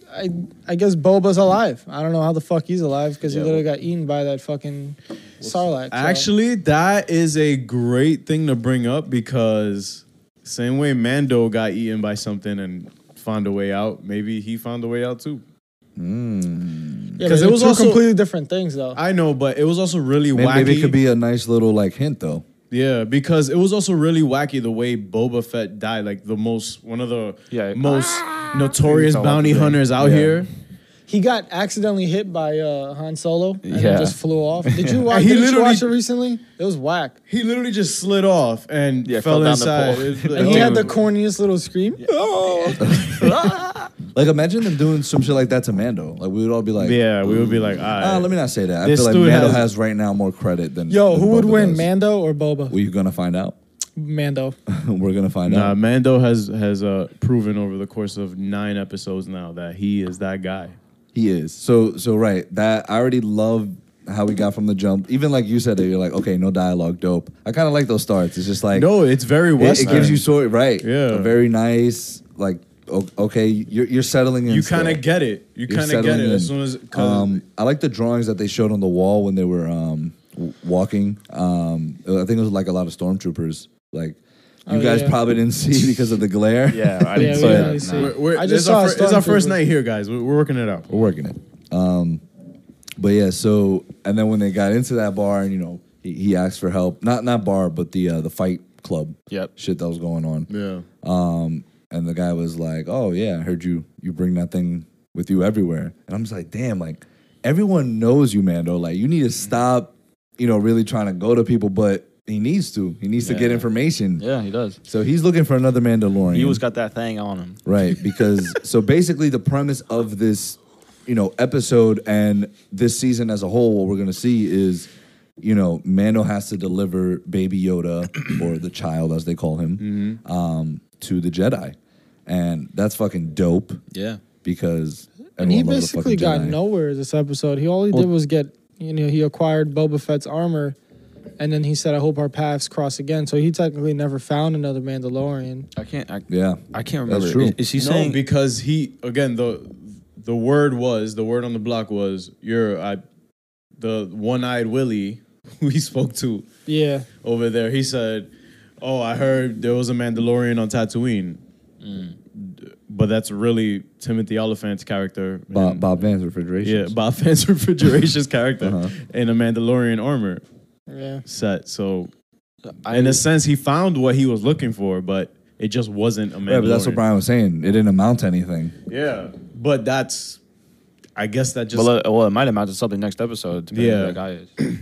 S4: I I guess Boba's alive. I don't know how the fuck he's alive because
S6: Yeah,
S4: he literally got eaten by that fucking Sarlacc. so-
S3: Actually, that is a great thing to bring up because same way Mando got eaten by something and found a way out, maybe he found a way out too.
S4: yeah,
S3: 'cause
S4: because
S3: it was
S4: it was two
S3: also-
S4: completely different things though.
S3: I know, but it was also really
S2: Maybe,
S3: wacky.
S2: maybe it could be a nice little like hint though.
S3: yeah, because it was also really wacky the way Boba Fett died, like the most one of the
S6: Yeah.
S3: most
S4: Ah.
S3: notorious
S6: It's all
S3: bounty
S6: up to them.
S3: hunters out
S2: Yeah.
S3: here.
S4: he got accidentally hit by uh, Han Solo and then
S6: Yeah.
S4: just flew off. Did you watch?
S3: He
S4: did you
S3: literally-
S4: watch it recently? It was whack.
S3: He literally just slid off and fell,
S6: Yeah, fell down the
S3: inside.
S6: pole.
S3: It's like,
S4: And he had the
S3: dude.
S4: corniest little scream.
S2: Like imagine them doing some shit like that to Mando. Like we would all be like,
S3: Yeah, we would be like, all
S2: Ah,
S4: Uh,
S3: right.
S2: let me not say that. I
S3: This
S2: feel like
S3: dude
S2: Mando has,
S3: has-
S2: right now more credit than.
S4: Yo,
S2: than
S4: who would
S2: Boba
S4: win,
S2: does.
S4: Mando or Boba?
S2: We're gonna find out.
S4: Mando.
S2: We're gonna find
S3: Nah,
S2: out.
S3: Uh, Mando has has uh, proven over the course of nine episodes now that he is that guy.
S2: He is. So so right. That I already love how we got from the jump. Even like you said, that you're like, okay, no dialogue, dope. I kind of like those starts. It's just like
S3: No, it's very
S2: it,
S3: Western.
S2: it gives you sort right.
S3: Yeah.
S2: a very nice like. o- Okay, you're you're settling in.
S3: you kind
S2: still.
S3: of get it. You
S2: You're
S3: kind of get
S2: settling
S3: it as
S2: in.
S3: soon as 'cause
S2: Um, I like the drawings that they showed on the wall when they were um, w- walking. Um, I think it was like a lot of stormtroopers. Like you
S4: Oh,
S2: guys
S4: yeah.
S2: probably didn't see because of the glare.
S6: Yeah,
S4: Yeah, we
S6: I didn't see
S4: didn't really
S6: that.
S4: see.
S6: Nah.
S3: we're, we're,
S4: I
S3: I
S4: just
S3: just
S4: saw a
S3: our, fir- it's our first
S4: stormtrooper.
S3: night here, guys. We're, we're working it out.
S2: we're working it. Um, but yeah, so and then when they got into that bar and you know he, he asked for help, not not bar but the uh, the fight club.
S6: Yep.
S2: shit that was going on.
S3: Yeah,
S2: Um, and the guy was like, "Oh yeah, I heard you. You bring that thing with you everywhere." And I'm just like, "Damn, like everyone knows you, Mando. Like you need to
S6: Mm-hmm.
S2: stop, you know, really trying to go to people." But he needs to. He needs to get
S6: Yeah.
S2: information.
S6: Yeah, he does.
S2: So he's looking for another Mandalorian.
S6: He always got that thing on him.
S2: right because so basically the premise of this, you know, episode and this season as a whole, what we're gonna see is. You know, Mando has to deliver Baby Yoda, or the child as they call him, um, to the Jedi, and that's fucking dope
S6: Yeah.
S2: because
S4: And
S2: everyone
S4: he
S2: loves the
S4: basically
S2: fucking
S4: got
S2: Jedi.
S4: nowhere this episode. He all he did was get, you know, he acquired Boba Fett's armor, and then he said, "I hope our paths cross again." So he technically never found another Mandalorian.
S6: I can't. I,
S2: Yeah,
S6: I can't remember.
S2: That's true.
S6: Is, is he
S3: no,
S6: saying?
S3: because he again the the word was the word on the block was you're I, the one eyed Willie we spoke to
S4: Yeah,
S3: over there. He said, "Oh, I heard there was a Mandalorian on Tatooine."
S2: Mm.
S3: D- But that's really Timothy Oliphant's character.
S2: Bob,
S3: in-
S2: Bob Van's refrigeration.
S3: Yeah, Bob Fans Refrigeration's character
S2: Uh-huh.
S3: in a Mandalorian armor
S4: yeah.
S3: set. So,
S6: I,
S3: in a sense, he found what he was looking for, but it just wasn't a Mandalorian.
S2: Yeah, but that's what Brian was saying. It didn't amount to anything.
S3: Yeah, but that's, I guess that just
S6: well, it, well, it might amount to something next episode. Depending yeah.
S3: Yeah.
S6: On who that guy is.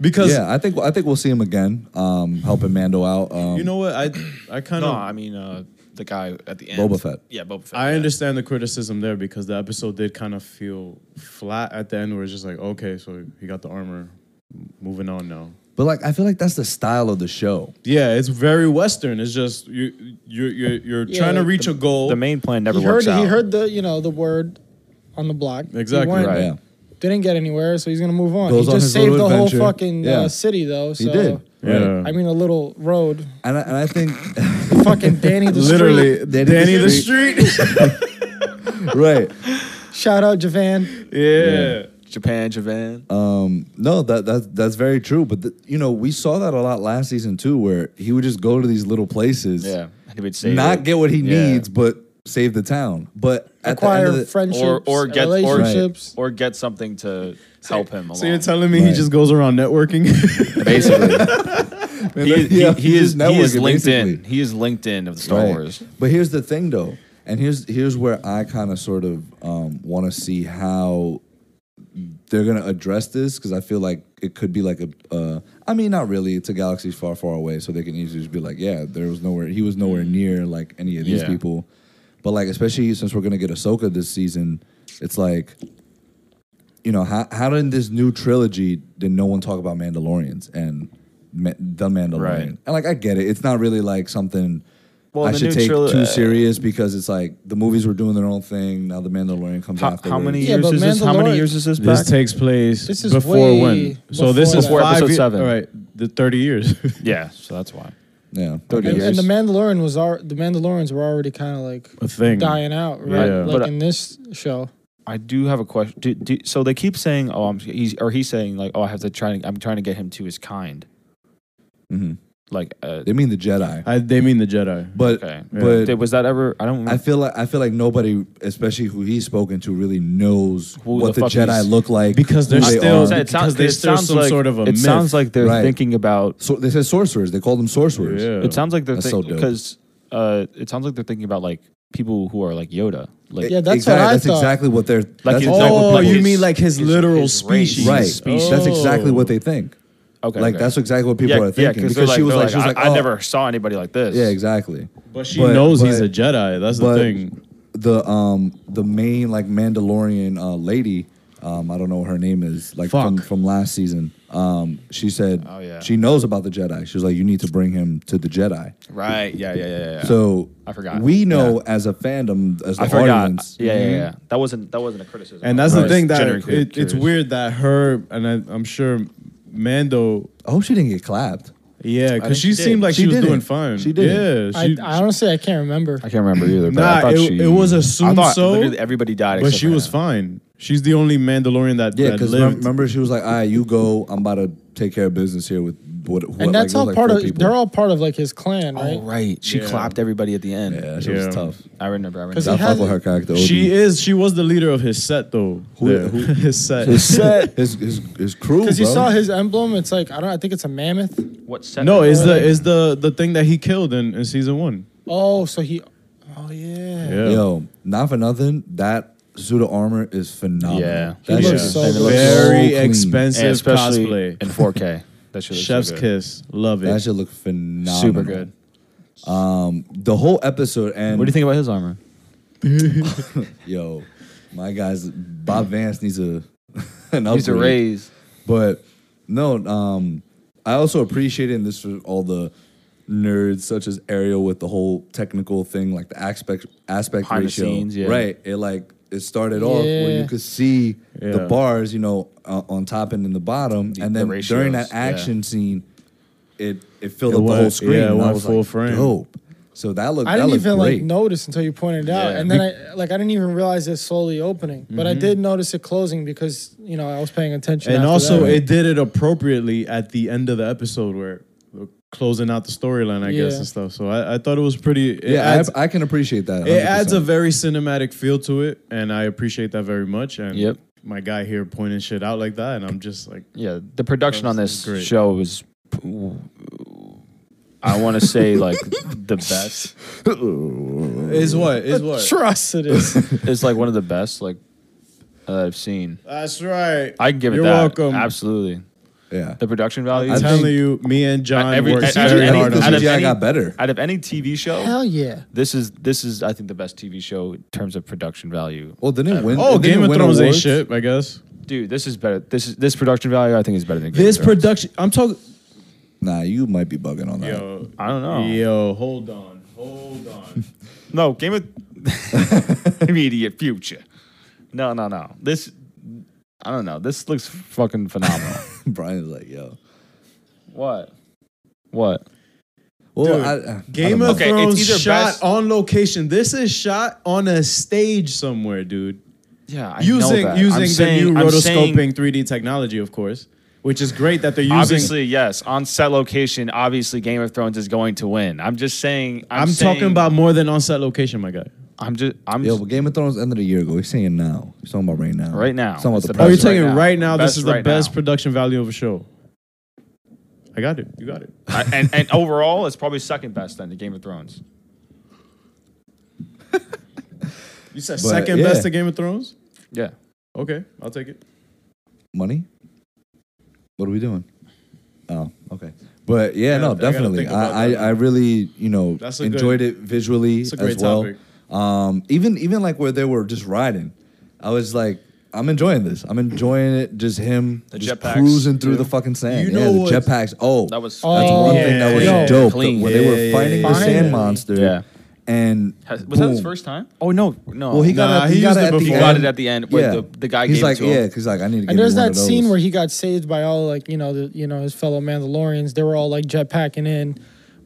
S3: because
S2: Yeah, I think I think we'll see him again, um, helping Mando out. Um,
S3: you know what I, I kind
S6: No,
S3: of
S6: I mean uh, the guy at the end.
S2: Boba Fett.
S6: Yeah, Boba Fett.
S3: I
S6: yeah.
S3: understand the criticism there because the episode did kind of feel flat at the end, where it's just like, okay, so he got the armor, moving on now.
S2: but like I feel like that's the style of the show.
S3: Yeah, it's very Western. It's just you, you, you're, you're
S4: Yeah,
S3: trying to
S4: like
S3: reach a goal.
S6: The main plan never
S4: he
S6: works
S4: heard
S6: out.
S4: he heard the you know the word on the block. He
S3: Exactly.
S4: went-
S6: Right.
S2: Yeah,
S4: didn't get anywhere, so he's gonna move on.
S2: Goes
S4: he
S2: on
S4: just
S2: his
S4: saved
S2: little
S4: the whole
S2: adventure.
S4: fucking
S2: Yeah.
S4: uh, city, though. So,
S2: He did.
S3: Yeah.
S4: I mean, a little road.
S2: And I, and I think
S4: fucking Danny the
S3: Literally,
S4: Street.
S2: Danny
S3: Danny,
S2: the
S3: the Street.
S2: right.
S4: Shout out Javan.
S3: yeah.
S6: Japan, Japan.
S2: No, that that that's very true. But th- you know, we saw that a lot last season too, where he would just go to these little places,
S6: yeah, he would save
S2: not
S6: it.
S2: get what he
S6: Yeah.
S2: needs, but save the town. But at the
S4: Acquire
S2: end of the,
S4: friendships,
S6: or or get or,
S4: relationships.
S6: or get something to help him along.
S3: So you're telling me
S2: Right.
S3: he just goes around networking?
S6: basically, he, he-
S2: Yeah,
S6: he
S2: he's
S6: is he is
S2: networking,
S6: LinkedIn.
S2: basically.
S6: He is LinkedIn of the Star
S2: Right.
S6: Wars.
S2: But here's the thing, though, and here's here's where I kind of sort of um, want to see how they're gonna address this because I feel like it could be like a. Uh, I mean, not really. It's a galaxy far, far away, so they can easily just be like, yeah, there was nowhere. He was nowhere near like any of these
S6: Mm. Yeah.
S2: people. But like, especially since we're gonna get Ahsoka this season, it's like. You know how how in this new trilogy did no one talk about Mandalorians and Ma- the Mandalorian?
S6: Right.
S2: And like I get it, it's not really like something
S6: Well,
S2: I
S6: the
S2: should
S6: new
S2: take
S6: trilo-
S2: too
S6: uh,
S2: serious because it's like the movies were doing their own thing. Now the Mandalorian comes
S6: How,
S2: after.
S6: how many
S4: Yeah,
S6: years
S4: but
S6: is this? How many
S4: Mandalorian-
S6: years is this back?
S3: this takes place
S4: This is
S3: before
S4: way
S3: when? So this
S4: before
S3: is
S4: that. Before
S3: five
S6: episode
S3: ye-
S6: seven.
S3: All right, the thirty years.
S6: yeah, so that's why.
S2: Yeah,
S6: Thirty
S2: okay.
S4: And, and
S6: years.
S4: the Mandalorian was our, the Mandalorians were already kind of like
S3: A thing.
S4: dying out, right?
S3: Mm-hmm. Yeah.
S4: Like
S6: But-
S4: in this show.
S6: I do have a question. Do, do, so they keep saying, "Oh, I'm," he's, or he's saying, "Like, oh, I have to try. I'm trying to get him to his kind."
S2: Mhm.
S6: Like, uh,
S2: They mean the Jedi,
S3: I, they mean the Jedi.
S2: but
S6: okay,
S2: but
S6: Did- was that ever? I don't.
S2: I feel like I feel like nobody, especially who he's spoken to, really knows
S6: Who
S2: what
S6: the
S2: the,
S6: fuck he's-
S2: Jedi look like
S3: Because
S2: who
S3: they're
S2: they
S3: still-
S2: are.
S3: Said-
S6: it sounds-
S3: because there's
S6: it
S3: still
S6: sounds
S3: some
S6: like,
S3: sort of a
S6: It
S3: myth.
S6: sounds like they're
S2: Right.
S6: thinking about.
S2: So they said sorcerers. They call them sorcerers.
S3: Yeah.
S6: It sounds like they're
S2: That's
S6: thinking
S2: so dope.
S6: because uh, it sounds like they're thinking about like people who are like Yoda. Like,
S4: Yeah, that's what
S2: exactly,
S4: I
S2: E- That's
S4: thought.
S2: exactly what they're. that's
S6: he's
S2: exactly
S6: not
S3: oh,
S2: what
S6: like
S3: you
S6: his-
S3: mean like his,
S6: his-
S3: literal
S6: his race.
S3: species?
S2: right.
S6: species. Oh.
S2: That's exactly what they think.
S6: okay,
S2: like
S6: okay.
S2: that's exactly what people
S6: yeah,
S2: are thinking
S6: Yeah,
S2: because she was like, she was like,
S6: I,
S2: oh,
S6: I never saw anybody like this.
S2: Yeah, exactly.
S3: But she knows he's a
S2: but-
S3: Jedi. That's the
S2: but
S3: thing.
S2: the um the main like Mandalorian uh, lady, um I don't know what her name is, like from
S3: Fuck.
S2: from last season. Um, she said
S6: Oh, yeah.
S2: she knows about the Jedi. She was like, you need to bring him to the Jedi.
S6: Right. Yeah. Yeah. Yeah. yeah, yeah.
S2: So
S6: I forgot.
S2: We know as a fandom as the
S6: I forgot.
S2: audience.
S6: Yeah, yeah, yeah. That wasn't that wasn't a criticism.
S3: Mm-hmm. And that's
S6: I
S3: the
S6: was
S3: thing that
S6: generally
S3: it, it's
S6: curious.
S3: weird that her and I, I'm sure Mando.
S2: I hope she didn't get clapped.
S3: Yeah, because
S6: she
S3: she,
S6: did.
S3: seemed like
S2: She
S3: she, was
S2: didn't.
S3: doing fine.
S2: She didn't.
S3: Yeah, she,
S4: I, I honestly I can't remember.
S6: I can't remember either. But I
S3: Nah,
S6: thought
S3: it-
S6: she,
S3: it was assumed
S6: I thought
S3: so,
S6: literally everybody died,
S3: but
S6: except
S3: she
S6: for
S3: was
S6: her.
S3: fine. She's the only Mandalorian that,
S2: Yeah,
S3: that
S2: because
S3: lived.
S2: remember she was like, "All right, you go. I'm about to take care of business here with what." what
S4: and that's
S2: like, it was
S4: all
S2: like
S4: part
S2: four
S4: of
S2: people.
S4: they're all part of like his clan, right?
S6: Oh right, she
S3: Yeah.
S6: clapped everybody at the end.
S2: Yeah, she
S3: Yeah.
S2: was tough.
S6: I remember. I
S4: Because
S6: remember.
S2: I fuck
S4: he has
S2: with her character.
S3: She
S2: OD.
S3: is. She was the leader of his set, though.
S2: Who-
S3: The-
S2: who-
S3: his set.
S2: his set, his his, his crew.
S4: Because you
S2: bro.
S4: saw his emblem, it's like I don't. I think it's a mammoth.
S6: What set?
S3: no,
S6: is
S3: it's the it's the the thing that he killed in, in season one.
S4: Oh, so he. Oh yeah.
S3: Yeah.
S2: Yo, not for nothing. That suit of armor is phenomenal.
S6: Yeah.
S2: that
S4: He
S2: shit
S4: looks
S2: is
S4: so good.
S2: so
S3: Very
S2: clean.
S3: expensive
S6: especially
S3: cosplay.
S6: in 4K. That shit looks so
S3: Chef's
S6: good.
S3: kiss. Love
S2: That
S3: it.
S2: should look phenomenal.
S6: Super good.
S2: The whole episode and
S6: What do you think about his armor?
S2: Yo, my guys, Bob Vance needs a an upgrade.
S6: He's a raise.
S2: But no, um, I also appreciated and this for all the nerds such as Ariel with the whole technical thing, like the aspect aspect
S6: Behind the
S2: ratio.
S6: scenes, yeah.
S2: Right. It like it started off where
S4: Yeah.
S2: you could see the
S3: Yeah.
S2: bars, you know, uh, on top and in the bottom, and
S6: the
S2: then during
S6: ratios,
S2: that action scene, it it filled
S3: It
S2: up the whole
S3: went-
S2: screen.
S3: yeah, it
S2: and I
S3: went
S2: was
S3: full
S2: like,
S3: frame.
S2: Dope. So that looked.
S4: I
S2: that
S4: didn't
S2: looked
S4: even
S2: great.
S4: like notice until you pointed it out,
S6: Yeah.
S4: and then I like I didn't even realize it slowly opening, but I did notice it closing because you know I was paying attention.
S3: and
S4: after
S3: also,
S4: that.
S3: it did it appropriately at the end of the episode where we're closing out the storyline, I guess,
S4: Yeah.
S3: and stuff. So I, I thought it was pretty. It
S2: Yeah,
S3: adds,
S2: I, I can appreciate that.
S3: it adds
S2: 100%.
S3: a very cinematic feel to it, and I appreciate that very much. And
S6: Yep.
S3: my guy here pointing shit out like that, and I'm just like,
S6: Yeah, the production on this
S3: Great.
S6: show was. I want to say like the best.
S3: is what is what.
S4: trust it is.
S6: It's like one of the best like that I've seen.
S3: That's right.
S6: I can give it
S3: You're
S6: that.
S3: welcome.
S6: Absolutely.
S2: yeah.
S6: The production value.
S3: I'm
S2: I
S3: telling
S2: think-
S3: you, me and John
S6: every-
S3: worked
S6: I- I-
S3: very
S6: I-
S3: hard
S2: the
S6: out
S3: on
S6: of
S3: this.
S2: CGI
S6: any-
S2: got better.
S6: out of any TV show,
S4: Hell yeah.
S6: this is this is I think the best TV show in terms of production value.
S2: Well, didn't it win?
S3: Oh,
S2: didn't
S3: Game
S2: it
S3: of
S2: win
S3: Thrones ain't
S2: awards?
S3: shit, I guess.
S6: Dude, this is better. This is this production value I think is better than Game
S3: This
S6: of Thrones.
S3: production, I'm talking.
S2: Nah, you might be bugging on that.
S3: Yo,
S6: I don't know.
S3: Yo, hold on, hold on.
S6: No, Game of immediate future. No, no, no. This I don't know. This looks fucking phenomenal.
S2: Brian's like, yo.
S6: what? What?
S2: Well,
S3: Dude,
S2: I- I, don't
S3: Game
S2: know.
S3: of
S6: Okay, it's
S3: Thrones
S6: either
S3: shot
S6: best-
S3: on location. This is shot on a stage somewhere, dude.
S6: Yeah, I
S3: using using the new
S6: I'm
S3: rotoscoping
S6: saying-
S3: 3D technology, of course, which is great that they're using.
S6: obviously, yes, on set location. Obviously, Game of Thrones is going to win. I'm just saying. I'm,
S3: I'm
S6: saying-
S3: talking about more than on set location, my guy. Oh,
S6: I'm just. I'm.
S2: Yo, but Game of Thrones ended a year ago. He's saying now. He's talking about right now.
S6: Right now.
S2: He's talking about
S6: It's
S2: the
S6: the
S3: Oh,
S6: Best
S2: present.
S3: you're
S6: right
S3: talking
S6: now.
S3: right now.
S6: Best
S3: this is the
S6: right
S3: best
S6: now.
S3: production value of a show. I got it. You got it.
S6: I- and and overall, it's probably second best then to Game of Thrones.
S3: You said
S2: But,
S3: second
S2: yeah.
S3: best to Game of Thrones.
S6: Yeah.
S3: Okay, I'll take it.
S2: money. What are we doing? Oh, okay. But yeah,
S3: I
S2: no,
S3: gotta- I gotta
S2: definitely.
S3: think about
S2: I, I,
S3: that.
S2: I really, you know,
S3: That's a good-
S2: enjoyed it visually
S3: It's a
S2: as
S3: great
S2: well.
S3: topic.
S2: Um, even even like where they were just riding, I was like, I'm enjoying this. I'm enjoying it. Just him
S6: The
S2: just
S6: jetpacks,
S2: cruising through
S6: too.
S2: the fucking sand.
S3: You
S2: yeah,
S3: know
S2: the
S3: what-
S2: jetpacks. Oh,
S6: That was.
S4: Oh,
S2: that's one thing that was
S3: yeah.
S2: dope.
S6: Clean.
S2: When they were
S3: Yeah,
S2: fighting the
S4: yeah,
S2: sand
S4: yeah.
S2: monster.
S6: Yeah.
S2: And
S6: Has- was that his
S2: boom.
S6: first time? Oh no, no.
S2: Well, he got
S3: Nah,
S2: it. He,
S3: he
S2: got
S3: used
S2: it
S3: it
S2: at the
S3: before.
S2: end.
S6: He got it at the end where the- the guy
S2: He's
S6: gave it
S2: like,
S6: to him.
S2: yeah, because like I need to. Give
S4: And there's
S2: me one
S4: that
S2: of those.
S4: scene where he got saved by all like you know the you know his fellow Mandalorians. They were all like jetpacking in,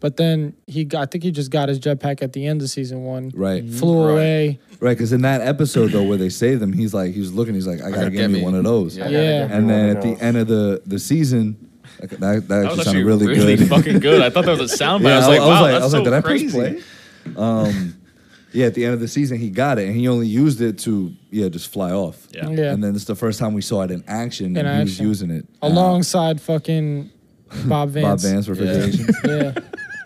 S4: but then he got I think he just got his jetpack at the end of season one.
S2: Right.
S4: Flew
S6: Right.
S4: away.
S2: Right, because in that episode though, where they saved him, he's like, he was looking, he's like, I gotta,
S6: gotta
S2: get,
S6: get
S2: me
S6: me.
S2: one of those.
S6: Yeah.
S4: Yeah.
S2: And then at the end of the the season, like, that that, actually sounded really, good.
S6: fucking good. I thought that was a soundbite.
S2: yeah,
S6: I was like, wow, that's so
S2: did I press
S6: crazy.
S2: play? Um, yeah, at the end of the season, he got it, and he only used it to yeah just fly off.
S6: Yeah.
S4: Yeah.
S2: And then it's the first time we saw it in action,
S4: In
S2: and he was
S4: action.
S2: using it uh,
S4: Alongside fucking Bob
S2: Bob
S4: Vance.
S2: Vance refrigeration.
S4: Yeah.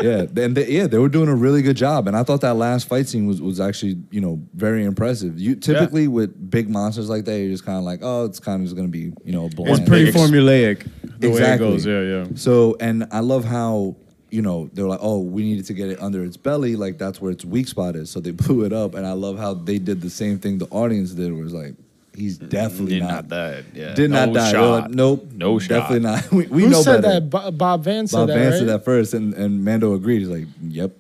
S2: Yeah, and they, yeah, they were doing a really good job, and I thought that last fight scene was, was actually you know very impressive. You typically with big monsters like that, you're just kind of like, oh, it's kind of just gonna be you know a
S3: It's
S2: bland.
S3: pretty
S6: ex-
S3: formulaic the
S2: Exactly.
S3: way it goes. Yeah, yeah.
S2: So, and I love how you know they're like, oh, we needed to get it under its belly, like that's where its weak spot is. So they blew it up, and I love how they did the same thing the audience did, was like, he's definitely
S6: Did
S2: not,
S6: not that. Yeah.
S2: did not
S6: No
S2: die. They're
S6: shot.
S2: Like, nope,
S6: No shot.
S2: definitely not. We, we
S4: Who
S2: know
S4: said
S2: better.
S4: that? Bo- Bob Vance said
S2: Bob
S4: that.
S2: Vance
S4: right?
S2: said that first, and, and Mando agreed. He's like, "Yep."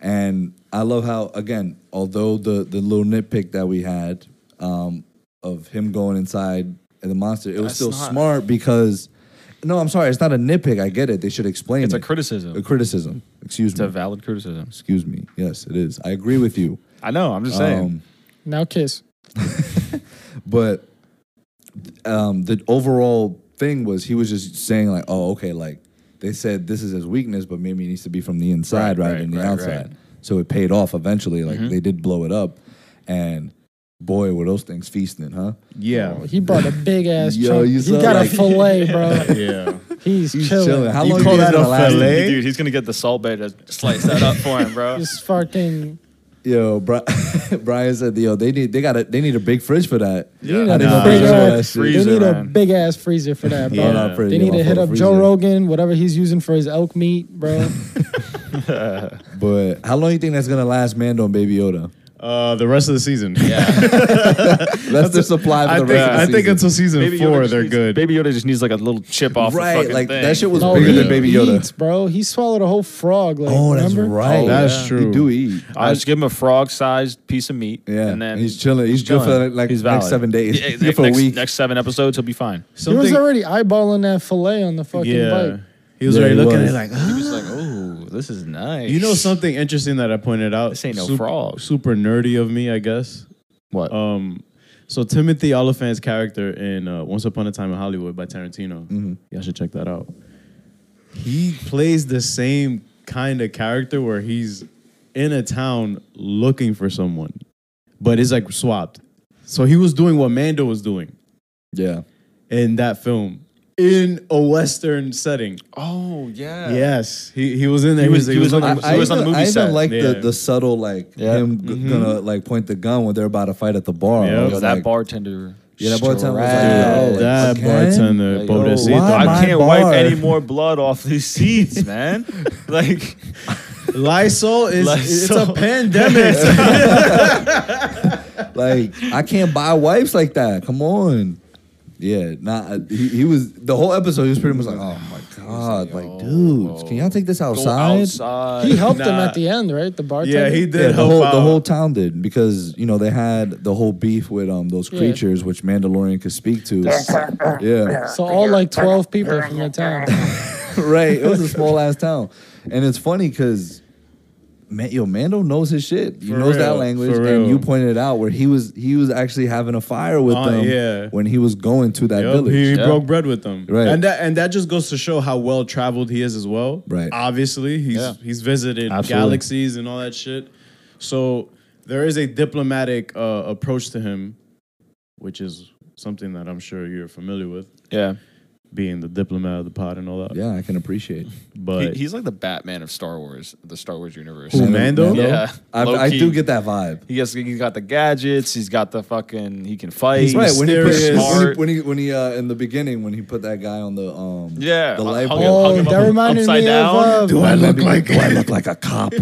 S2: And I love how again, although the the little nitpick that we had um, of him going inside and the monster, it was
S6: That's
S2: still
S6: not-
S2: smart because no, I'm sorry, it's not a nitpick. I get it. They should explain.
S6: It's a
S2: it.
S6: criticism.
S2: A criticism. Excuse
S6: It's
S2: me.
S6: a valid criticism.
S2: Excuse me. Yes, it is. I agree with you.
S6: I know. I'm just saying.
S2: Um,
S4: Now kiss.
S2: but um, the overall thing was he was just saying like, oh, okay, like they said this is his weakness, but maybe it needs to be from the inside
S6: Right,
S2: rather
S6: right,
S2: than the
S6: right,
S2: outside.
S6: right.
S2: So it paid off eventually. Like they did blow it up, and boy, were those things feasting, huh?
S3: Yeah.
S4: He brought a big ass
S2: Yo,
S4: chunk.
S2: you
S4: He
S2: sound
S4: got
S2: like-
S4: a fillet, bro.
S3: Yeah.
S4: He's,
S2: He's
S4: chilling.
S2: chilling. How
S3: You
S2: long
S3: call
S2: you
S3: that
S2: that
S3: a
S2: last?
S3: fillet?
S6: Dude, he's gonna get the salt bay to slice that up for him, bro.
S4: He's fucking.
S2: Yo, Bri- Brian said, yo, they need they got a, they need a big fridge for that.
S6: Yeah.
S4: They
S2: I
S4: need
S2: didn't
S4: a
S2: know
S4: big
S2: freezer
S4: ass-
S2: ass shit.
S4: they need a
S6: man.
S4: big ass freezer for that, bro.
S2: Oh, not fridge,
S4: They
S2: my
S4: need to
S2: fault,
S4: hit up
S2: freezer.
S4: Joe Rogan, whatever he's using for his elk meat, bro.
S2: But how long you think that's gonna last, Mando and Baby Yoda?
S3: Uh, the rest of the season. Yeah.
S2: That's their supply
S3: I
S2: for the
S3: think,
S2: rest of the
S3: I think
S2: season.
S3: until season
S6: Baby Yoda
S3: four,
S6: just
S3: they're
S6: needs-
S3: good.
S6: Baby Yoda just needs like a little chip off. the
S2: right.
S6: fucking
S2: Like
S6: thing.
S2: that shit was
S4: No,
S2: bigger
S4: he
S2: than Baby Yoda.
S4: eats, bro. He swallowed a whole frog. Like,
S2: Oh, that's
S4: remember?
S2: right.
S6: Oh,
S3: That's yeah. true.
S2: He do eat.
S6: I just give him a frog-sized piece of meat.
S2: Yeah,
S6: and then
S2: he's chilling. He's good for, like, next
S6: valid.
S2: seven days.
S6: Yeah,
S2: Good
S6: next-
S2: for a
S6: next-
S2: week.
S6: Next seven episodes, he'll be fine.
S4: He was already eyeballing that fillet on the fucking bike.
S3: He was
S2: Yeah,
S3: already
S2: he
S3: looking
S2: was.
S3: at it like, "Huh?"
S6: He's like, oh, this is nice.
S3: you know, something interesting that I pointed out.
S6: This ain't no
S3: Sup-
S6: frog.
S3: Super nerdy of me, I guess.
S6: What?
S3: Um, so Timothy Oliphant's character in uh, Once Upon a Time in Hollywood by Tarantino.
S6: Mm-hmm.
S3: Y'all should check that out. He plays the same kind of character where he's in a town looking for someone, but it's like swapped. So he was doing what Mando was doing
S2: Yeah.
S3: in that film in a Western setting.
S6: oh yeah.
S3: Yes, he, he was in there.
S6: He was- he was on
S3: looking
S6: the-
S3: for
S6: he was
S3: someone.
S6: on
S2: even-
S6: the movie
S2: I even
S6: set.
S2: like
S3: Yeah.
S2: the, the subtle like
S6: Yeah.
S2: him g- gonna like point the gun when they're about to fight at the bar.
S3: Yeah.
S2: I
S6: Yo,
S2: was
S6: that
S2: like,
S6: bartender.
S2: Yeah, that bartender was like,
S6: strapped.
S2: yo, like,
S3: that
S2: again?
S3: bartender,
S6: Like,
S3: pobrecito.
S2: yo, why
S6: I
S2: my
S6: can't
S2: bar.
S6: wipe any more blood off these seats, man. like,
S3: Lysol is it's a
S6: Lysol.
S3: pandemic.
S2: Like I can't buy wipes like that. Come on. Yeah. Nah. I- He, he was the whole episode. He was pretty much like, oh my god! Like, dudes, can y'all take this
S6: Go
S2: outside?
S6: outside.
S4: He helped him
S3: Nah.
S4: at the end, right? The bartender.
S3: Yeah, he did
S2: Yeah, the
S3: help
S2: whole
S3: out.
S2: the whole town did because you know they had the whole beef with um those
S4: Yeah.
S2: creatures which Mandalorian could speak to. yeah,
S4: So all like twelve people from the town.
S2: right. It was a small ass town, and it's funny because. Man, yo, Mando knows his shit. He
S3: For
S2: knows that
S3: real,
S2: language,
S3: for
S2: and
S3: real.
S2: you pointed it out where he was. He was actually having a fire with
S3: Oh,
S2: them
S3: yeah.
S2: when he was going to that
S3: Yup,
S2: village.
S3: He
S6: Yeah.
S3: broke bread with them,
S2: Right.
S3: And that and that just goes to show how well traveled he is as well.
S2: Right.
S3: Obviously, he's
S6: Yeah.
S3: he's visited
S6: Absolutely.
S3: galaxies and all that shit. So there is a diplomatic uh, approach to him, which is something that I'm sure you're familiar with,
S6: Yeah.
S3: being the diplomat of the pod and all that.
S2: yeah, I can appreciate.
S3: But
S6: He- he's like the Batman of Star Wars, the Star Wars universe.
S3: Who, Mando?
S6: Yeah.
S2: I, I
S6: Low-key.
S2: do get that vibe.
S6: He gets, he's got the gadgets. He's got the fucking. He can fight.
S3: He's
S2: Right when he, put,
S3: Mysterious.
S2: his- when he
S6: Smart.
S2: when he when he uh, in the beginning when he put that guy on the um
S6: yeah.
S2: the
S6: hung-
S2: light
S6: hung
S2: bulb.
S6: him- hung
S4: Oh,
S6: him
S4: that
S6: up-
S4: reminded
S6: upside
S4: me
S6: down.
S4: of. Uh,
S2: I look like do I look like a cop?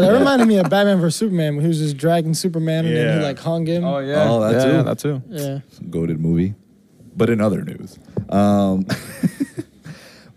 S4: that reminded me of Batman vs Superman. when He was just dragging Superman, and then he
S3: Yeah.
S4: like hung him.
S6: Oh yeah.
S2: Oh, that
S6: yeah,
S2: too.
S6: yeah, that too.
S4: yeah.
S2: Goaded movie, but in other news, um,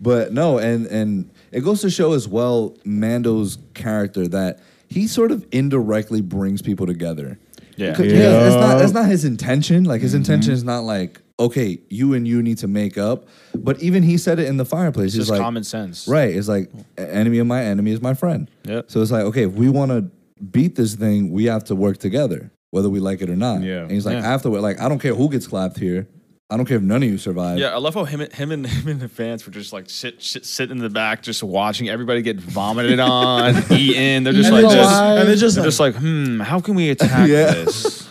S2: but no, and and it goes to show as well Mando's character that he sort of indirectly brings people together.
S6: Yeah.
S2: Because- yeah, it's not it's not his intention. Like his intention is not like okay, you and you need to make up. But even he said it in the fireplace.
S6: It's
S2: He's
S6: just
S2: like,
S6: common sense.
S2: Right. It's like enemy of my enemy is my friend.
S6: Yep.
S2: So it's like, okay, if we want to beat this thing, we have to work together, whether we like it or not.
S3: Yeah.
S2: And he's like,
S6: Yeah.
S2: afterward, like, I don't care who gets clapped here. I don't care if none of you survive.
S6: Yeah, I love how him, and- him and him and the fans were just like sit, sit, sitting in the back, just watching everybody get vomited on, eaten. They're just
S4: And
S6: like,
S4: they're
S6: just,
S4: alive.
S6: and they're just, they're just like, hmm, how can we attack
S2: Yeah.
S6: this?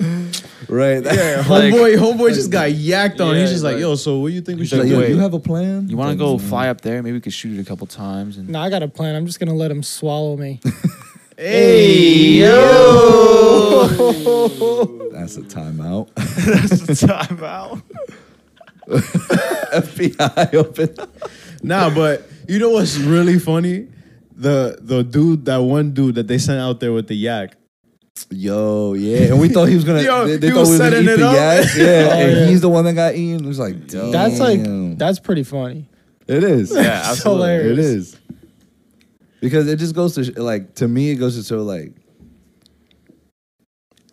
S2: Right. Yeah.
S6: Like,
S3: homeboy, homeboy just got yacked on.
S6: Yeah,
S3: he's just
S6: like-
S3: like, yo, so what do you think we
S2: She's
S3: should
S2: like,
S6: Like,
S2: yo,
S6: wait.
S2: you have a plan?
S6: you want to go fly up there? Maybe we could shoot it a couple times. And
S4: No, I got a plan. I'm just gonna let him swallow me.
S3: Hey,
S2: That's a timeout.
S6: time out.
S2: FBI open.
S3: Nah, but you know what's really funny? The the dude, that one dude that they sent out there with the yak.
S2: Yo, yeah. And we thought he was gonna
S3: Yo,
S2: they, they
S3: he
S2: thought
S3: was
S2: we was gonna
S3: setting
S2: eat
S3: it
S2: the
S3: up.
S2: gas. Yeah.
S4: Oh,
S2: and
S4: yeah.
S2: he's the one that got eaten. It was like, damn.
S4: That's like that's pretty funny.
S2: it is.
S6: Yeah,
S4: It's
S6: absolutely.
S4: hilarious.
S2: It is. Because it just goes to sh- like to me it goes to show like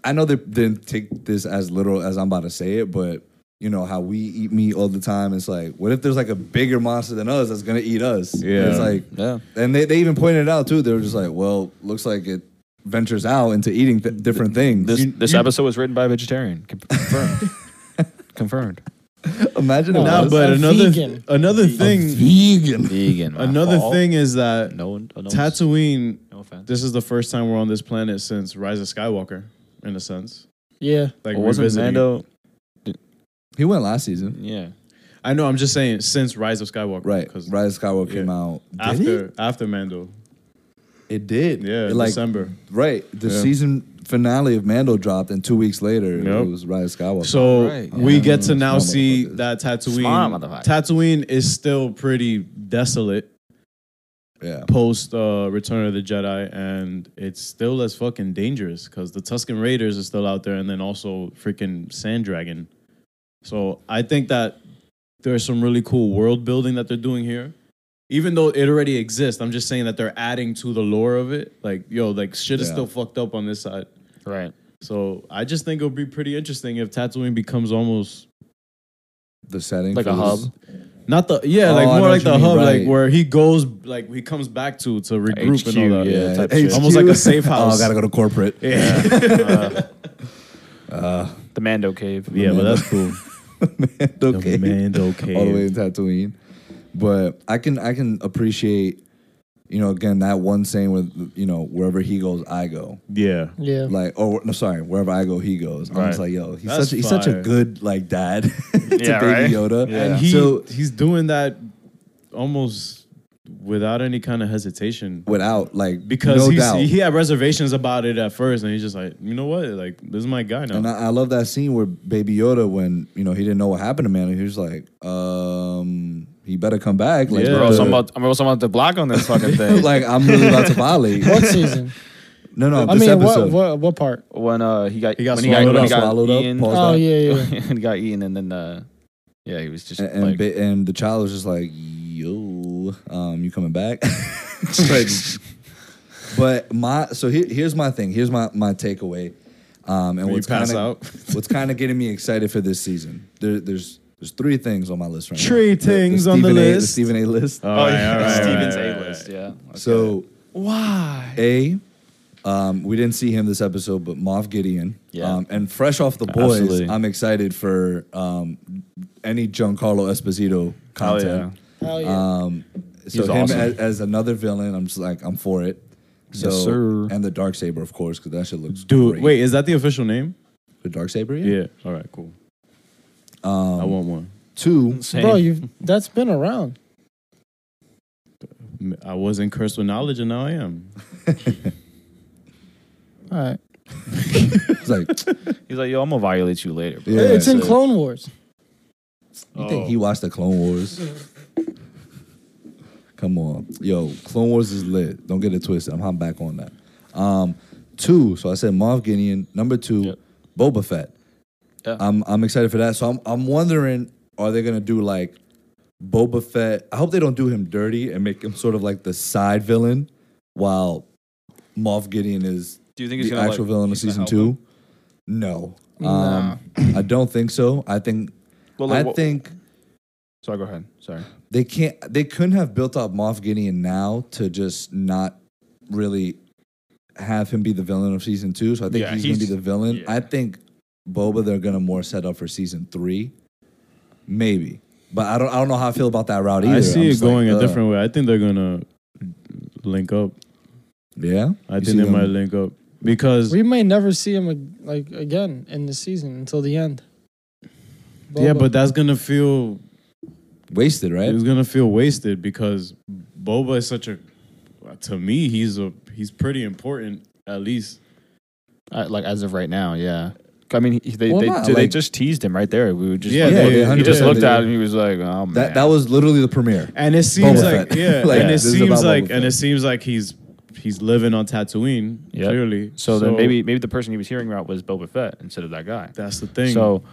S2: I know they didn't take this as literal as I'm about to say it, but you know how we eat meat all the time. It's like, what if there's like a bigger monster than us that's gonna eat us?
S3: Yeah.
S2: It's like
S6: Yeah.
S2: and they, they even pointed it out too. They were just like, Well, looks like it ventures out into eating th- different things.
S6: This
S2: You-
S6: this episode was written by a vegetarian. Con- Confirmed. Confirmed.
S2: imagine it
S3: Nah,
S2: was
S3: but
S4: a
S3: another
S4: vegan.
S3: another thing
S2: vegan.
S6: Vegan. my
S3: another
S6: fault.
S3: thing is that
S6: No, one- no
S3: Tatooine
S6: No offense.
S3: this is the first time we're on this planet since Rise of Skywalker, in a sense.
S4: Yeah.
S3: Like
S6: Well, Oh, wasn't
S3: revisiting-
S6: Mando?
S2: He went last season.
S6: Yeah.
S3: I know. I'm just saying since Rise of Skywalker,
S2: Right.
S3: Because
S2: Rise of Skywalker came
S3: Yeah.
S2: out. Did
S3: after
S2: it?
S3: after Mando,
S2: It did.
S3: yeah,
S2: It, like
S3: December.
S2: Right. The
S3: Yeah.
S2: season finale of Mando dropped, and two weeks later,
S3: Yep.
S2: it was Rise of Skywalker.
S3: So
S6: Alright,
S3: we
S6: yeah.
S3: get to now
S2: Smart
S3: see
S2: motherfuckers.
S3: that
S6: Smart
S3: Tatooine.
S6: motherfucker.
S3: Tatooine is still pretty desolate
S2: yeah.
S3: post uh, Return of the Jedi, and it's still as fucking dangerous because the Tusken Raiders are still out there, and then also freaking Sand Dragon. So I think that there's some really cool world building that they're doing here. Even though it already exists, I'm just saying that they're adding to the lore of it. Like, yo, like shit is
S2: Yeah.
S3: still fucked up on this side.
S6: Right.
S3: So I just think it'll be pretty interesting if Tatooine becomes almost
S2: The setting.
S6: Like
S2: for
S6: a
S2: this-
S6: hub.
S3: not the yeah,
S2: Oh, I
S3: like
S2: know
S3: more like
S2: what you
S3: the
S2: mean,
S3: hub,
S2: right.
S3: like where he goes, like he comes back to to regroup
S6: HQ,
S3: and all that.
S6: yeah.
S2: Yeah.
S6: type
S2: HQ.
S6: shit.
S3: Almost like a safe house.
S2: Oh, gotta go to corporate.
S3: Yeah,
S6: The Mando cave.
S3: yeah, but that's cool.
S2: Mando
S3: The
S2: cave.
S3: Mando cave.
S2: All the way to Tatooine. But I can I can appreciate, you know, again that one saying with you know wherever he goes, I go.
S3: Yeah,
S4: Yeah.
S2: Like, oh no, sorry, wherever I go, he goes. I'm just
S6: Right.
S2: like, yo, he's
S3: That's
S2: such a, he's such a
S3: fire.
S2: good like dad to
S6: Yeah,
S2: Baby
S6: right?
S2: Yoda.
S6: Yeah.
S3: and he
S2: so
S3: he's doing that almost without any kind of hesitation
S2: without like
S3: because
S2: no
S3: he's,
S2: doubt.
S3: he had reservations about it at first, and he's just like, you know what, like this is my guy now.
S2: And I, I love that scene where Baby Yoda, when you know he didn't know what happened to Mando, he was like, um, "He better come back." Like,
S3: Yeah.
S6: Bro,
S2: the-
S6: so I'm about, I'm also about to block on this fucking thing.
S2: like I'm really about to volley.
S4: What season?
S2: No, no,
S4: I
S2: this
S4: mean,
S2: episode.
S4: what what what part?
S6: when uh he got
S3: He got
S6: when he got,
S3: swallowed
S6: when he
S3: up.
S6: got
S2: Swallowed up,
S6: eaten,
S2: paused.
S4: Oh yeah, yeah.
S6: and got eaten, and then uh, yeah, he was just
S2: And and,
S6: like,
S2: ba- and the child was just like, yo, um, you coming back? Like, but my so here, here's my thing. Here's my my takeaway. Um, and
S3: Will you
S2: what's
S3: pass
S2: kind of
S3: out?
S2: what's kind of getting me excited for this season? There, there's there's three things on my list right now.
S3: Three
S2: The- the
S3: things on the
S2: Stephen A- The
S3: list.
S2: Stephen A. list.
S3: All right, all right,
S6: Steven's
S3: all right, all right.
S6: A list, yeah. Okay.
S2: so
S6: why?
S2: A, um, we didn't see him this episode, but Moff Gideon.
S6: Yeah.
S2: Um, and fresh off the boys,
S3: Absolutely.
S2: I'm excited for um, any Giancarlo Esposito
S3: Oh
S2: content.
S3: yeah.
S4: Hell yeah.
S2: Um, so
S3: He's
S2: him
S3: awesome.
S2: as, as another villain, I'm just like I'm for it. So,
S3: Yes, sir.
S2: And the dark saber, of course, because that shit looks
S3: Dude,
S2: great.
S3: wait, is that the official name?
S2: the dark saber.
S3: Yeah. All right, cool.
S2: Um,
S3: I want one.
S2: Two.
S4: Bro, you that's been around.
S3: M- I wasn't cursed with knowledge, and now I am.
S4: All right.
S2: It's like
S6: He's like, yo, I'm gonna violate you later. Bro.
S2: yeah,
S4: it's in
S2: so-
S4: Clone Wars.
S2: You think
S6: Oh.
S2: he watched the Clone Wars? Come on, yo, Clone Wars is lit. Don't get it twisted. I'm, I'm back on that. Um, two. So I said Marv Gideon. Number two,
S6: Yep.
S2: Boba Fett.
S6: Yeah.
S2: I'm I'm excited for that. So I'm I'm wondering, are they gonna do like Boba Fett? I hope they don't do him dirty and make him sort of like the side villain, while Moff Gideon is
S6: Do you think he's
S2: the
S6: gonna
S2: actual
S6: like,
S2: villain of
S6: he's gonna
S2: season
S6: help
S2: two.
S6: him?
S2: No,
S4: Nah.
S2: um, I don't think so. I think
S6: Well, like,
S2: I
S6: what-
S2: think
S6: Sorry, go ahead. Sorry.
S2: they can't they couldn't have built up Moff Gideon now to just not really have him be the villain of season two. So I think
S6: Yeah,
S2: he's, gonna
S6: he's-
S2: be the villain.
S6: yeah.
S2: I think Boba they're gonna more set up for season three. Maybe. But I don't I don't know how I feel about that route either.
S3: I
S2: I'm
S3: see it
S2: just like,
S3: going
S2: uh,
S3: a different way. I think they're gonna link up.
S2: Yeah.
S3: I
S2: You see
S3: think they
S2: them-
S3: might link up because
S4: We may never see him ag- like again in the season until the end.
S3: yeah,
S4: Boba.
S3: but that's gonna feel
S2: wasted,
S3: it
S2: right?
S3: was gonna feel wasted because Boba is such a to me he's a he's pretty important at least.
S6: Uh, like as of right now, yeah. I mean, he- they
S2: Well,
S6: they,
S2: not,
S6: they
S2: like-
S6: just teased him right there. We would just
S3: Yeah,
S6: look-
S3: they-
S6: he
S2: yeah,
S6: just
S2: 100%
S6: looked
S2: they-
S6: at it and he was like, oh man,
S2: That that was literally the premiere.
S3: And it seems
S2: Boba
S3: like
S2: Fett.
S3: yeah,
S2: Like,
S3: and it
S2: this is about
S3: seems
S2: Boba
S3: like
S2: Fett.
S3: and it seems like he's he's living on Tatooine
S6: Yep.
S3: clearly.
S6: So, then maybe maybe the person he was hearing about was Boba Fett instead of that guy.
S3: that's the thing.
S6: So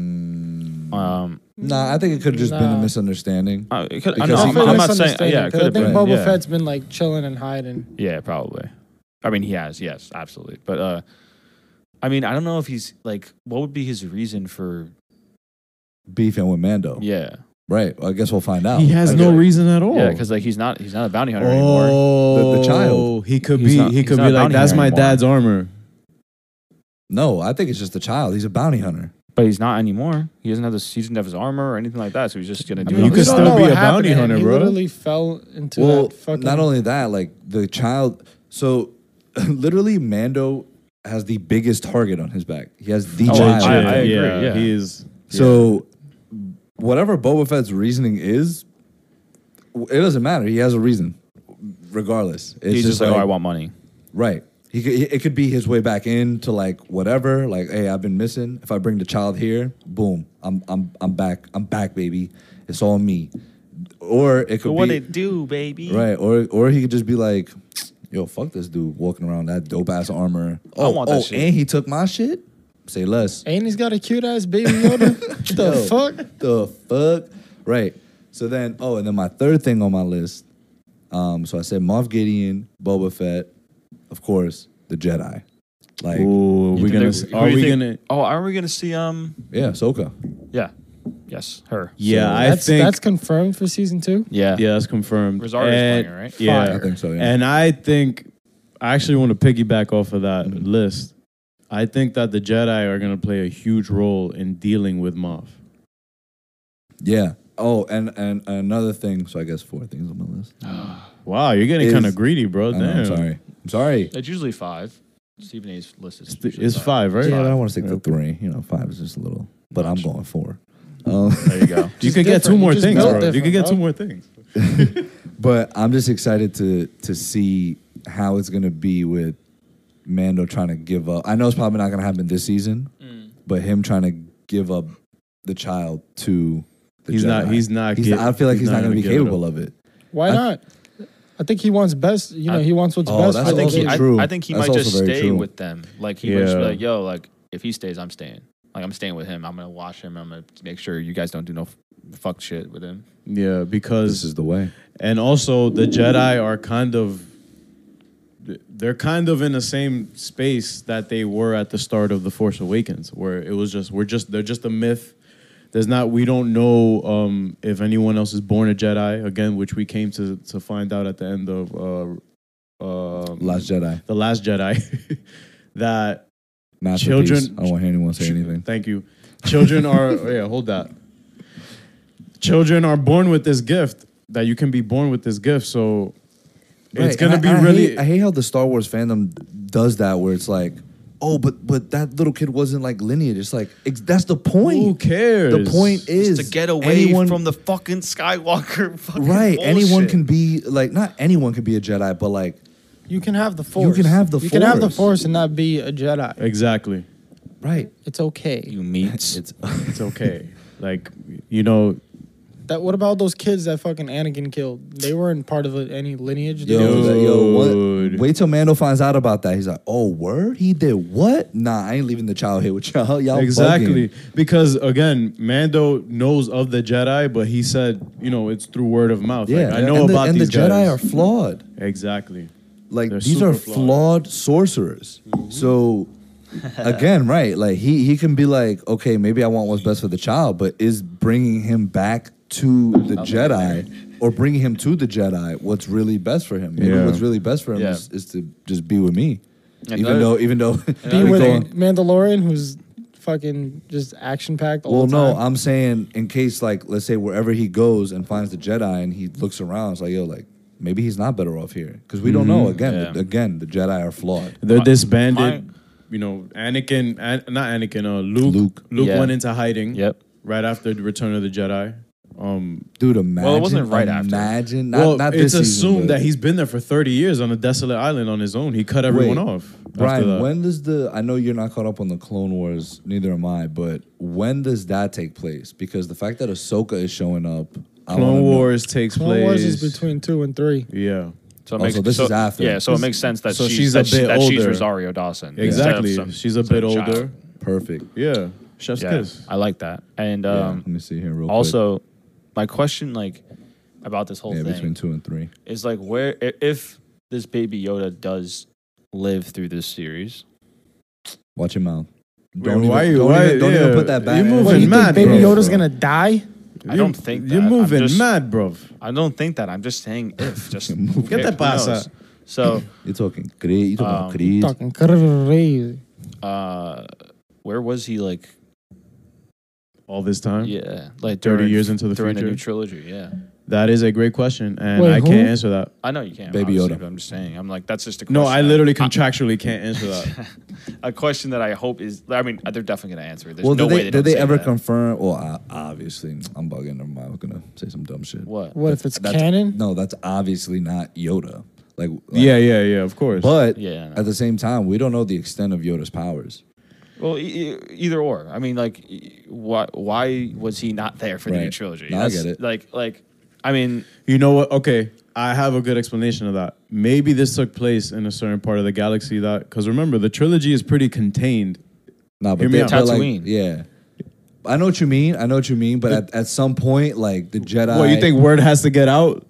S2: Mm,
S6: um,
S2: nah, I think it could have just been a
S4: Nah.
S2: misunderstanding.
S6: I, it could,
S2: Because
S6: I
S2: he-
S6: am
S2: I'm
S6: not saying yeah. It could
S4: because I
S6: have
S4: think
S6: been
S4: Boba
S6: yeah.
S4: Fett's been like chilling and hiding.
S6: Yeah, probably. I mean, he has. Yes, absolutely. But uh, I mean, I don't know if he's like, what would be his reason for?
S2: Beefing with Mando.
S6: Yeah,
S2: Right. Well, I guess we'll find out.
S3: he has
S6: I
S3: no
S6: get it.
S3: reason at all.
S6: yeah,
S2: Oh.
S6: because like he's not he's not a bounty hunter anymore.
S3: Oh,
S2: The- the child.
S3: He could
S6: He's
S3: be.
S6: not-
S3: he
S6: he's
S3: could
S6: not
S3: be
S6: a
S3: like,
S6: bounty
S3: "That's
S6: hunter
S3: my
S6: anymore."
S3: dad's armor."
S2: No, I think it's just the child. He's a bounty hunter.
S6: But he's not anymore. He doesn't have this. He doesn't have his armor or anything like that. So he's just gonna do.
S3: mean, you
S6: it
S4: We
S6: on
S3: could
S6: his
S4: don't
S3: still
S6: own.
S4: know
S3: be
S4: what
S3: a
S4: happened
S3: bounty
S4: to him.
S3: hunter,
S4: he
S3: bro.
S4: literally fell into
S2: well,
S4: that fucking.
S2: not only that, like the child. So, literally, Mando has the biggest target on his back. He has the
S6: Oh,
S2: child.
S6: I- I agree,
S3: Yeah,
S6: yeah.
S3: he is.
S2: so, whatever Boba Fett's reasoning is, it doesn't matter. He has a reason, regardless. It's
S6: He's just like, oh, I want money.
S2: Right. He could, it could be his way back into like whatever. Like, hey, I've been missing. If I bring the child here, boom, I'm I'm I'm back. I'm back, baby. It's all me. Or it could
S6: What
S2: be
S6: they do, baby?
S2: right. Or or he could just be like, yo, fuck this dude walking around that dope ass armor. Oh,
S6: want
S2: oh,
S6: that shit.
S2: and he took my shit. Say less.
S4: and he's got a cute ass baby Yoda. the
S2: Yo.
S4: fuck?
S2: the fuck? Right. So then, oh, and then my third thing on my list. Um, so I said Moff Gideon, Boba Fett, of course, the Jedi. Like,
S3: Ooh, we gonna?
S6: Who do
S3: Are
S6: you
S3: we
S6: think-
S3: gonna?
S6: Oh, are we gonna see? Um,
S2: yeah, Ahsoka.
S6: yeah, yes, her.
S3: Yeah,
S2: So
S3: I
S4: That's
S3: think
S4: that's confirmed for season two.
S6: Yeah,
S3: Yeah, that's confirmed.
S6: Rosario's playing
S3: And-
S6: her, right?
S3: Yeah,
S2: I think so. Yeah.
S3: And I think I actually want to piggyback off of that list. I think that the Jedi are going to play a huge role in dealing with Moff.
S2: yeah. Oh, and and another thing. So I guess four things on my list.
S3: Wow, you're getting
S2: Is-
S3: kind of greedy, bro.
S2: I know,
S3: Damn.
S2: I'm sorry. I'm sorry.
S6: It's usually five. Stephen A's list is
S3: It's, th- it's five, right?
S2: Yeah, but I want to stick to three. You know, five is just a little, but I'm going four. Um,
S6: There you go.
S3: You
S4: Just
S3: could get two
S4: different.
S3: more
S4: You just
S3: things,
S4: built
S3: bro. You could
S4: different,
S3: get two
S4: bro.
S3: more things.
S2: but I'm just excited to to see how it's gonna be with Mando trying to give up. I know it's probably not gonna happen this season,
S6: Mm.
S2: but him trying to give up the child to the
S3: He's not-
S2: Jedi.
S3: he's not
S2: He's
S3: get-
S2: I feel like he's, not, gonna, be
S3: give it up.
S2: capable of it.
S4: Why
S2: I-
S4: not? I think he wants best. You know,
S6: I-
S4: he wants what's
S2: Oh,
S4: best.
S2: that's
S6: I
S4: for
S6: think
S4: all
S6: he,
S2: also
S6: I,
S4: those-
S2: true.
S6: I think he
S2: That's
S6: might
S2: also
S6: just
S2: very
S6: stay
S2: true.
S6: with them. Like he might just be
S3: Yeah.
S6: like, yo, like if he stays, I'm staying. Like I'm staying with him. I'm gonna watch him. I'm gonna make sure you guys don't do no f- fuck shit with him.
S3: Yeah,
S2: This
S3: because
S2: is the way.
S3: and also the Jedi are kind of they're kind of in the same space that they were at the start of the Force Awakens, where it was just we're just they're just a myth. There's not we don't know um, if anyone else is born a Jedi again, which we came to to find out at the end of uh, uh,
S2: Last Jedi.
S3: the Last Jedi that
S2: Masterpiece.
S3: Children-
S2: I won't hear anyone say anything.
S3: Thank you. Children are oh, yeah, hold that. Children are born with this gift that you can be born with this gift. So it's
S2: Right,
S3: gonna
S2: and
S3: be
S2: I- and I
S3: really
S2: hate- I hate how the Star Wars fandom does that, where it's like, oh, but but that little kid wasn't like lineage. It's like it's, that's the point.
S3: who cares?
S2: The point is
S6: Just to get away
S2: anyone-
S6: from the fucking Skywalker. Fucking
S2: right. Anyone
S6: bullshit.
S2: can be like not anyone can be a Jedi, but like
S4: You can have the force.
S2: can have the
S4: You can have the
S2: Force.
S4: force and not be a Jedi.
S3: exactly.
S2: right.
S4: It's okay.
S6: You meet.
S2: It's
S3: It's okay. like you know,
S4: That what about those kids that fucking Anakin killed? They weren't part of a, any lineage. They
S2: yo
S4: were just-
S2: like, yo what?
S3: Dude.
S2: Wait till Mando finds out about that. He's like, oh word, he did what? Nah, I ain't leaving the child here with y'all. Y'all
S3: exactly
S2: bugging.
S3: because again, Mando knows of the Jedi, but he said you know it's through word of mouth.
S2: Yeah,
S3: like, I know
S2: and
S3: about
S2: the, and
S3: these
S2: the Jedi
S3: guys.
S2: are flawed.
S3: exactly.
S2: like
S3: They're
S2: these
S3: super
S2: are
S3: flawed.
S2: flawed sorcerers. So again, right? Like he he can be like, okay, maybe I want what's best for the child, but is bringing him back to the Jedi or bringing him to the Jedi what's really best for him? Maybe
S3: Yeah.
S2: what's really best for him
S6: Yeah.
S2: is, is to just be with me. even
S6: Another-
S2: though, even though,
S4: Be
S2: we
S4: with
S2: going-
S4: Mandalorian, who's fucking just action packed all
S2: well,
S4: the time.
S2: no, I'm saying in case like let's say wherever he goes and finds the Jedi and he looks around, it's like yo, like maybe he's not better off here because we don't know. Again,
S6: Yeah.
S2: the, again, the Jedi are flawed.
S3: They're
S6: My-
S3: disbanded.
S6: my-
S3: you know, Anakin, An- not Anakin. Uh, Luke.
S2: Luke.
S3: Luke,
S6: Yeah.
S3: went into hiding.
S6: Yep.
S3: Right after the Return of the Jedi. Um,
S2: Dude, imagine.
S6: wasn't right after.
S2: imagine, Imagine. Not,
S3: well,
S2: not
S3: it's
S2: this
S3: assumed
S2: season, but-
S3: that he's been there for 30 years on a desolate island on his own. He cut everyone
S2: Wait,
S3: off. after
S2: Brian,
S3: that.
S2: when does the? I know you're not caught up on the Clone Wars, neither am I. But when does that take place? Because the fact that Ahsoka is showing up, I wanna
S3: Clone
S2: know-
S3: Wars takes
S4: Clone
S3: place.
S4: Wars is between two and three.
S3: Yeah.
S6: So it
S2: Oh,
S6: makes,
S2: so this is after.
S6: Yeah, so it makes sense that
S3: so
S6: she's,
S3: she's a
S6: that, she-
S3: bit
S6: that she's
S3: older.
S6: Rosario Dawson. instead of
S3: Exactly.
S6: some-
S3: She's a
S6: some
S3: bit
S6: child.
S3: older.
S2: Perfect.
S3: Yeah. Chef's
S6: Yeah,
S3: kiss.
S6: I like that. And
S2: Yeah,
S6: um,
S2: let me see here real quick.
S6: also, my question, like, about this whole
S2: yeah,
S6: thing
S2: between two and three.
S6: is like, where i- if this baby Yoda does live through this series,
S2: Watch your mouth. Don't
S3: Wait, why
S2: even,
S3: you-
S2: don't,
S3: why-
S2: even, don't even
S3: yeah,
S2: put that back.
S3: you're
S2: in.
S3: moving
S4: What, you think
S3: mad,
S4: Baby
S2: bro.
S4: Yoda's gonna die?
S6: I
S3: You-
S6: don't think
S3: you're
S6: that. I'm
S3: moving
S6: just-
S3: mad, bro.
S6: I don't think that. I'm just saying if. Just
S3: ¿Qué te
S6: who
S3: pasa?
S6: knows? So,
S2: You're talking crazy. You're talking
S6: Um,
S2: crazy.
S4: Fucking crazy.
S6: uh, where was he? Like,
S3: All this time.
S6: yeah,
S3: 30
S6: like during,
S3: years into the
S6: during the new
S3: future.
S6: trilogy. Yeah,
S3: That is a great question, and
S4: Wait,
S3: I
S4: who?
S3: can't answer that.
S6: I know you can't.
S2: Baby
S6: obviously,
S2: Yoda.
S6: But I'm just saying. I'm like, that's just a.
S3: No,
S6: question
S3: I literally contractually can't answer that.
S6: a question that I hope is. I mean, they're definitely gonna answer it. There's
S2: well,
S6: no
S2: did
S6: way
S2: they,
S6: they,
S2: did
S6: don't
S2: they
S6: say
S2: ever
S6: that.
S2: confirm? Well, I, obviously, I'm bugging. Never mind. I was gonna say some dumb shit.
S6: What?
S4: What if it's
S2: That's-
S4: canon?
S2: No, that's obviously not Yoda. Like, like
S3: Mm-hmm. yeah, yeah, yeah. Of course.
S2: But
S6: Yeah, I know.
S2: at the same time, we don't know the extent of Yoda's powers.
S6: Well, e- e- either or. I mean, like, e- why why was he not there for the new
S2: Right.
S6: trilogy?
S2: No, I
S6: That's-
S2: get it.
S6: Like, like, I mean,
S3: You know what? Okay, I have a good explanation of that. Maybe this took place in a certain part of the galaxy that, because remember, the trilogy is pretty contained.
S2: Nah, but
S3: Hear me
S2: they,
S3: out.
S2: but like,
S6: Tatooine.
S2: yeah, I know what you mean. I know what you mean. But at, at some point, like the Jedi,
S3: Well, you think word has to get out?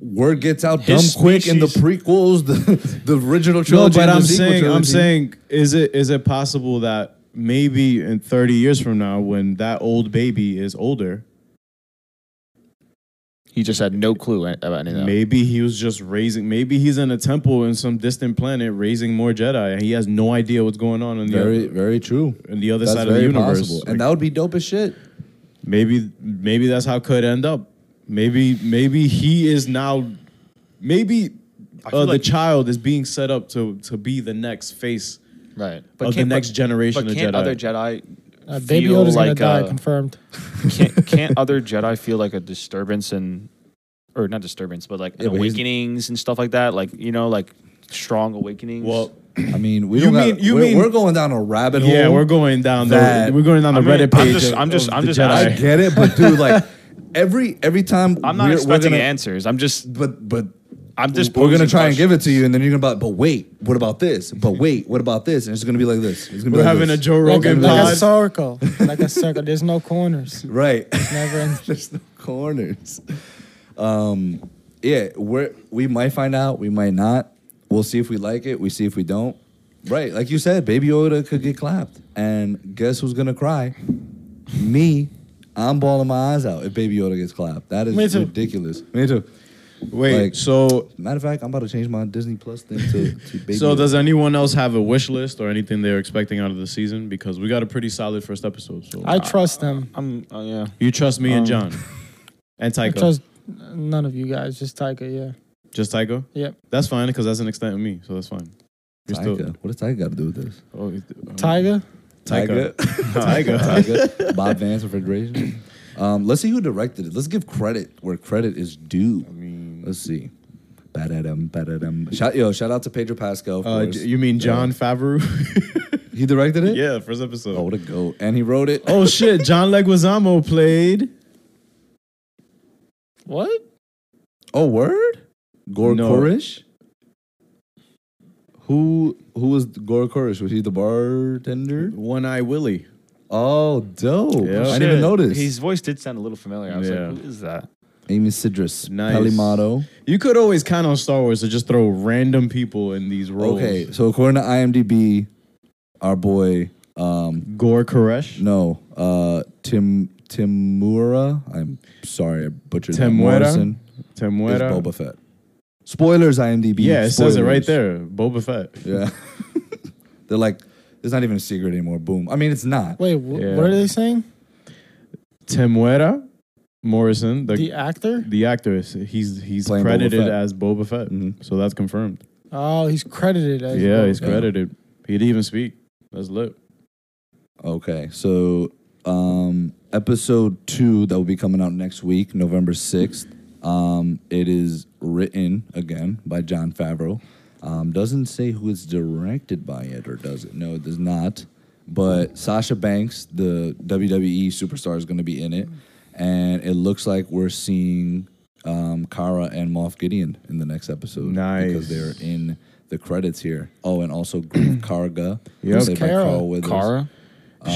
S2: word gets out dumb
S6: His
S2: quick in the
S6: species-
S2: prequels, the the original trilogy.
S3: no,
S2: and the
S3: but I'm
S2: sequel
S3: saying, I'm
S2: trilogy.
S3: saying, is it is it possible that maybe in 30 years from now, when that old baby is older,
S6: he just had no clue a- about any of that.
S3: maybe he was just raising, maybe he's in a temple in some distant planet raising more Jedi, and he has no idea what's going on on the
S2: very very true.
S3: on the other
S2: That's
S3: side of the
S2: very
S3: universe.
S2: possible,
S3: Like,
S2: and that would be dope as shit.
S3: maybe maybe that's how it could end up. Maybe maybe he is now maybe
S6: feel
S3: uh, the
S6: like-
S3: child is being set up to to be the next face.
S6: Right.
S3: Of the
S6: can't-
S3: next generation
S6: but
S3: of
S6: can't
S3: Jedi.
S6: other Jedi
S4: Uh, baby
S6: feel
S4: Yoda's
S6: like uh,
S4: gonna die.
S6: a-
S2: uh,
S4: confirmed.
S6: can't, can't other Jedi feel like a disturbance and or not disturbance, but like
S2: Yeah, but he's-
S6: awakenings and stuff like that? Like you know, like strong awakenings.
S3: Well,
S2: I mean, we
S3: You
S2: don't.
S3: mean-
S2: got,
S3: you
S2: we're,
S3: mean-
S2: we're going down a rabbit hole.
S3: yeah, we're going down the
S2: That-
S3: we're going down the
S6: I mean,
S3: Reddit
S6: I'm
S3: page.
S6: just-
S3: of-
S6: I'm just-
S3: of
S6: I'm
S3: the
S6: just
S3: Jedi.
S2: I get it, but dude, like every every time
S6: I'm not
S2: we're,
S6: expecting
S2: we're gonna,
S6: answers. I'm just
S2: but but
S6: I'm just
S2: we're gonna
S6: posing
S2: try and give it to
S6: questions.
S2: you, and then you're gonna be like, but wait, what about this? But wait, what about this? And it's gonna be like this. It's gonna be
S3: We're
S2: like
S3: having
S2: this.
S3: a Joe
S4: Like, a,
S3: Rogan
S4: like a
S3: pod.
S4: circle. Like a circle. There's no corners.
S2: right.
S4: Never ends.
S2: There's no corners. Um, yeah, we're we might find out, we might not. We'll see if we like it. We see if we don't. Right, like you said, Baby Yoda could get clapped, and guess who's gonna cry? Me. I'm bawling my eyes out if Baby Yoda gets clapped. That
S4: Me
S2: is
S4: too.
S2: ridiculous. Me too.
S3: Wait,
S2: like-
S3: so
S2: Matter of fact, I'm about to change my Disney Plus thing to, to Baby
S3: so
S2: Yoda.
S3: does anyone else have a wish list or anything they're expecting out of the season? Because we got a pretty solid first episode. So
S4: I trust them.
S6: I'm uh, yeah.
S3: you trust me and
S6: Um,
S3: John and
S4: I
S3: Tycho.
S4: trust none of you guys. Just Tiger. Yeah.
S3: Just Tycho.
S4: Yep.
S3: That's fine because that's an extent of me, so that's fine. You're
S2: Tiger.
S3: still
S2: What does Tiger got to do with this?
S3: oh, you- um,
S4: Tiger.
S3: Tycho.
S2: Tiger.
S3: Tycho.
S2: Tiger. Bob Vance Refrigeration. Um, let's see who directed it. Let's give credit where credit is due. Let's see. Ba-da-dum, ba-da-dum. Shout, yo, shout out to Pedro Pascal. Of
S3: Uh,
S2: course.
S3: j- you mean John Favreau?
S2: He directed it?
S3: yeah, first episode.
S2: Oh, what a goat. And he wrote it.
S3: Oh shit, John Leguizamo played.
S4: What?
S2: Oh, word? Gore
S3: No.
S2: Korish? Who who was Gore Korish? Was he the bartender?
S3: One Eye Willie.
S2: Oh, dope.
S3: Yeah.
S2: I didn't even
S6: Shit.
S2: notice.
S6: His voice did sound a little familiar. I was
S3: Yeah.
S6: like, who is that?
S2: Amy Sidrus.
S3: Nice.
S2: Palimato.
S3: You could always count on Star Wars to just throw random people in these roles.
S2: Okay, so according to IMDb, our boy, um,
S3: Gore Koresh.
S2: no, uh, Tim Timura. I'm sorry, I butchered that.
S3: Temuera?
S2: Morrison is
S3: Temuera.
S2: Boba Fett. Spoilers, IMDb.
S3: Yeah, it says it right
S2: spoilers.
S3: there. Boba Fett.
S2: Yeah, they're like, it's not even a secret anymore. Boom. I mean, it's not.
S4: Wait. Wh-
S3: Yeah.
S4: What are they saying?
S3: Temuera Morrison, the
S4: The
S3: the,
S4: actor?
S3: actor, is- he's he's
S2: Playing Boba
S3: credited
S2: Fett.
S3: as Boba Fett.
S2: Mhm.
S3: So that's confirmed.
S4: Oh, he's credited as.
S3: yeah, he's
S2: Fett.
S3: credited. He didn't even speak. That's lit.
S2: Okay, so um, episode two that will be coming out next week, November sixth. Um, it is written again by John Favreau. Um, doesn't say who it's directed by yet, or does it? No, it does not. But Sasha Banks, the WWE superstar, is going to be in it, and it looks like we're seeing um, Kara and Moff Gideon in the next episode because
S3: Nice.
S2: they're in the credits here. Oh, and also Grief Karga,
S3: Yep.
S2: played by
S4: Kara?
S2: Carl Weathers.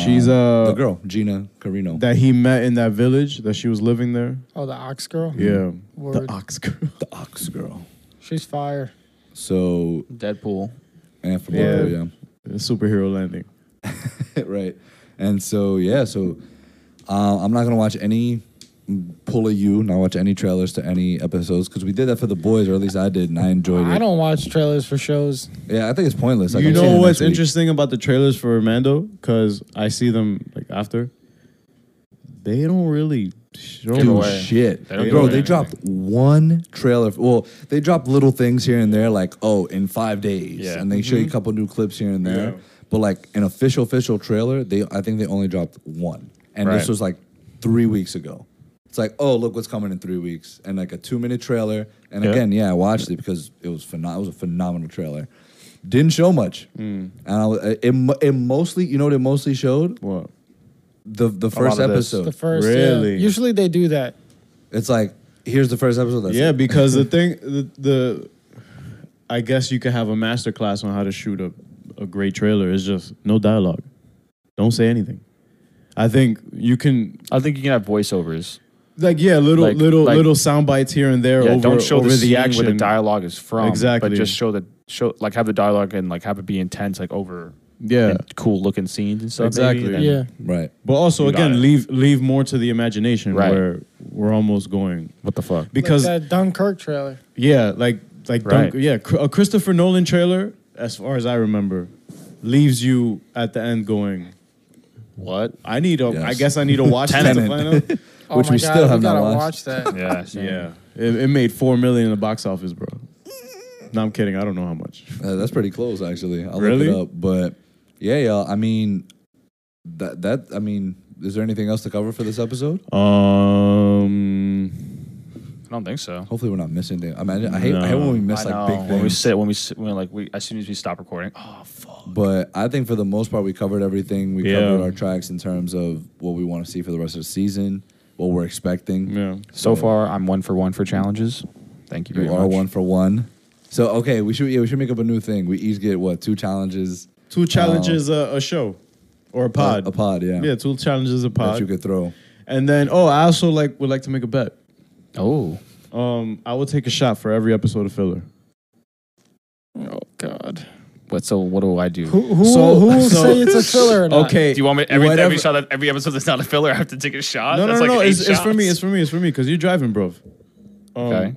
S3: She's uh
S2: The girl, Gina Carino.
S3: that he met in that village that she was living there.
S4: Oh, the ox girl.
S3: Yeah.
S4: Word.
S3: The ox girl.
S2: the Ox girl.
S4: She's fire.
S2: So,
S6: Deadpool.
S2: and for
S3: Yeah.
S2: yeah.
S3: The superhero landing.
S2: right. And so, yeah, so uh, I'm not going to watch any pull of you, not watch any trailers to any episodes because we did that for the boys, or at least I did, and I enjoyed it.
S4: I don't watch trailers for shows.
S2: yeah, I think it's pointless. I
S3: you
S2: can see it
S3: know
S2: next
S3: what's
S2: week.
S3: interesting about the trailers for Mando? Because I see them like after. They don't really show
S6: Give
S2: Dude,
S6: away.
S2: shit.
S6: They don't
S2: Bro,
S6: give
S2: they
S6: away
S2: dropped one trailer. Well, they dropped little things here and there, like, oh, in five days.
S6: Yeah.
S2: And they show you a couple new clips here and there.
S3: Yeah.
S2: But like an official, official trailer, they I think they only dropped one. And this
S6: Right.
S2: was like three weeks ago. It's like, oh, look what's coming in three weeks. And like a two minute trailer. And
S6: Yeah.
S2: again, yeah, I watched it because it was, phenom- it was a phenomenal trailer. Didn't show much.
S6: Mm.
S2: And I, was- it, mo- it mostly, you know what it mostly showed?
S3: What?
S2: The, the first
S6: of this.
S2: episode.
S4: The first.
S3: Really?
S4: Yeah. Usually they do that.
S2: It's like, here's the first episode. That's
S3: yeah,
S2: it.
S3: because the thing, the, the, I guess you could have a master class on how to shoot a, a great trailer. It's just no dialogue. Don't say anything. I think you can
S6: I think you can have voiceovers.
S3: like yeah, little
S6: Like-
S3: little
S6: like-
S3: little sound bites here and there
S6: Yeah,
S3: over
S6: don't show
S3: over
S6: the,
S3: the,
S6: scene
S3: action.
S6: where the dialogue is from.
S3: Exactly.
S6: But just show the show like have the dialogue and like have it be intense, like over
S3: yeah,
S6: cool looking scenes and stuff.
S3: Exactly.
S6: maybe, and then-
S4: Yeah.
S2: Right.
S3: but also
S6: You got it.
S3: again, leave leave more to the imagination
S6: Right.
S3: where we're almost going
S6: What the fuck?
S3: because
S4: like that Dunkirk trailer.
S3: Yeah, like like
S6: Right.
S3: Dunk, yeah, Cr- a Christopher Nolan trailer, as far as I remember, leaves you at the end going,
S6: What?
S3: I need a, I
S2: Yes.
S3: guess I need to watch this to
S2: Tenet.
S3: find out.
S4: Oh
S2: Which
S4: my
S2: we
S4: God,
S2: still have
S4: we
S2: not
S4: gotta
S2: watched.
S4: watch that.
S6: Yeah. same.
S3: yeah, it, it made four million in the box office, bro. No, I'm kidding. I don't know how much.
S2: Uh, that's pretty close, actually. I'll
S3: Really?
S2: look it up. But yeah, y'all. I mean, that that. I mean, is there anything else to cover for this episode?
S3: Um,
S6: I don't think so.
S2: Hopefully, we're not missing things. I mean, I hate, I hate when we miss
S6: I
S2: like
S6: know.
S2: big
S6: Oh, When we
S2: things.
S6: sit, when we sit, when like we as soon as we stop recording. Oh fuck.
S2: But I think for the most part, we covered everything. We
S3: Yeah.
S2: covered our tracks in terms of what we want to see for the rest of the season, what we're expecting.
S3: yeah,
S6: So far, I'm one for one for challenges.
S7: Thank you very
S2: You are
S7: much.
S2: one for one. So okay, we should yeah, we should make up a new thing. We each get what two challenges
S3: Two challenges a, a show or a pod.
S2: Uh, a pod, yeah.
S3: Yeah, two challenges a pod.
S2: that you could throw.
S3: and then oh, I also like would like to make a bet.
S7: Oh.
S3: Um, I will take a shot for every episode of filler.
S7: Oh God. What? So what do I do?
S4: Who, who,
S3: So-
S4: will- who will
S3: so-
S4: say it's a filler or not?
S3: Okay.
S6: Do you want me every
S3: Whatever-
S6: every shot that every episode that's not a filler? I have to take a shot.
S3: No, no,
S6: that's
S3: no,
S6: like
S3: no.
S6: eight
S3: It's, it's for me.
S6: shots.
S3: It's for me. It's for me because you're driving, bro. Um,
S7: Okay.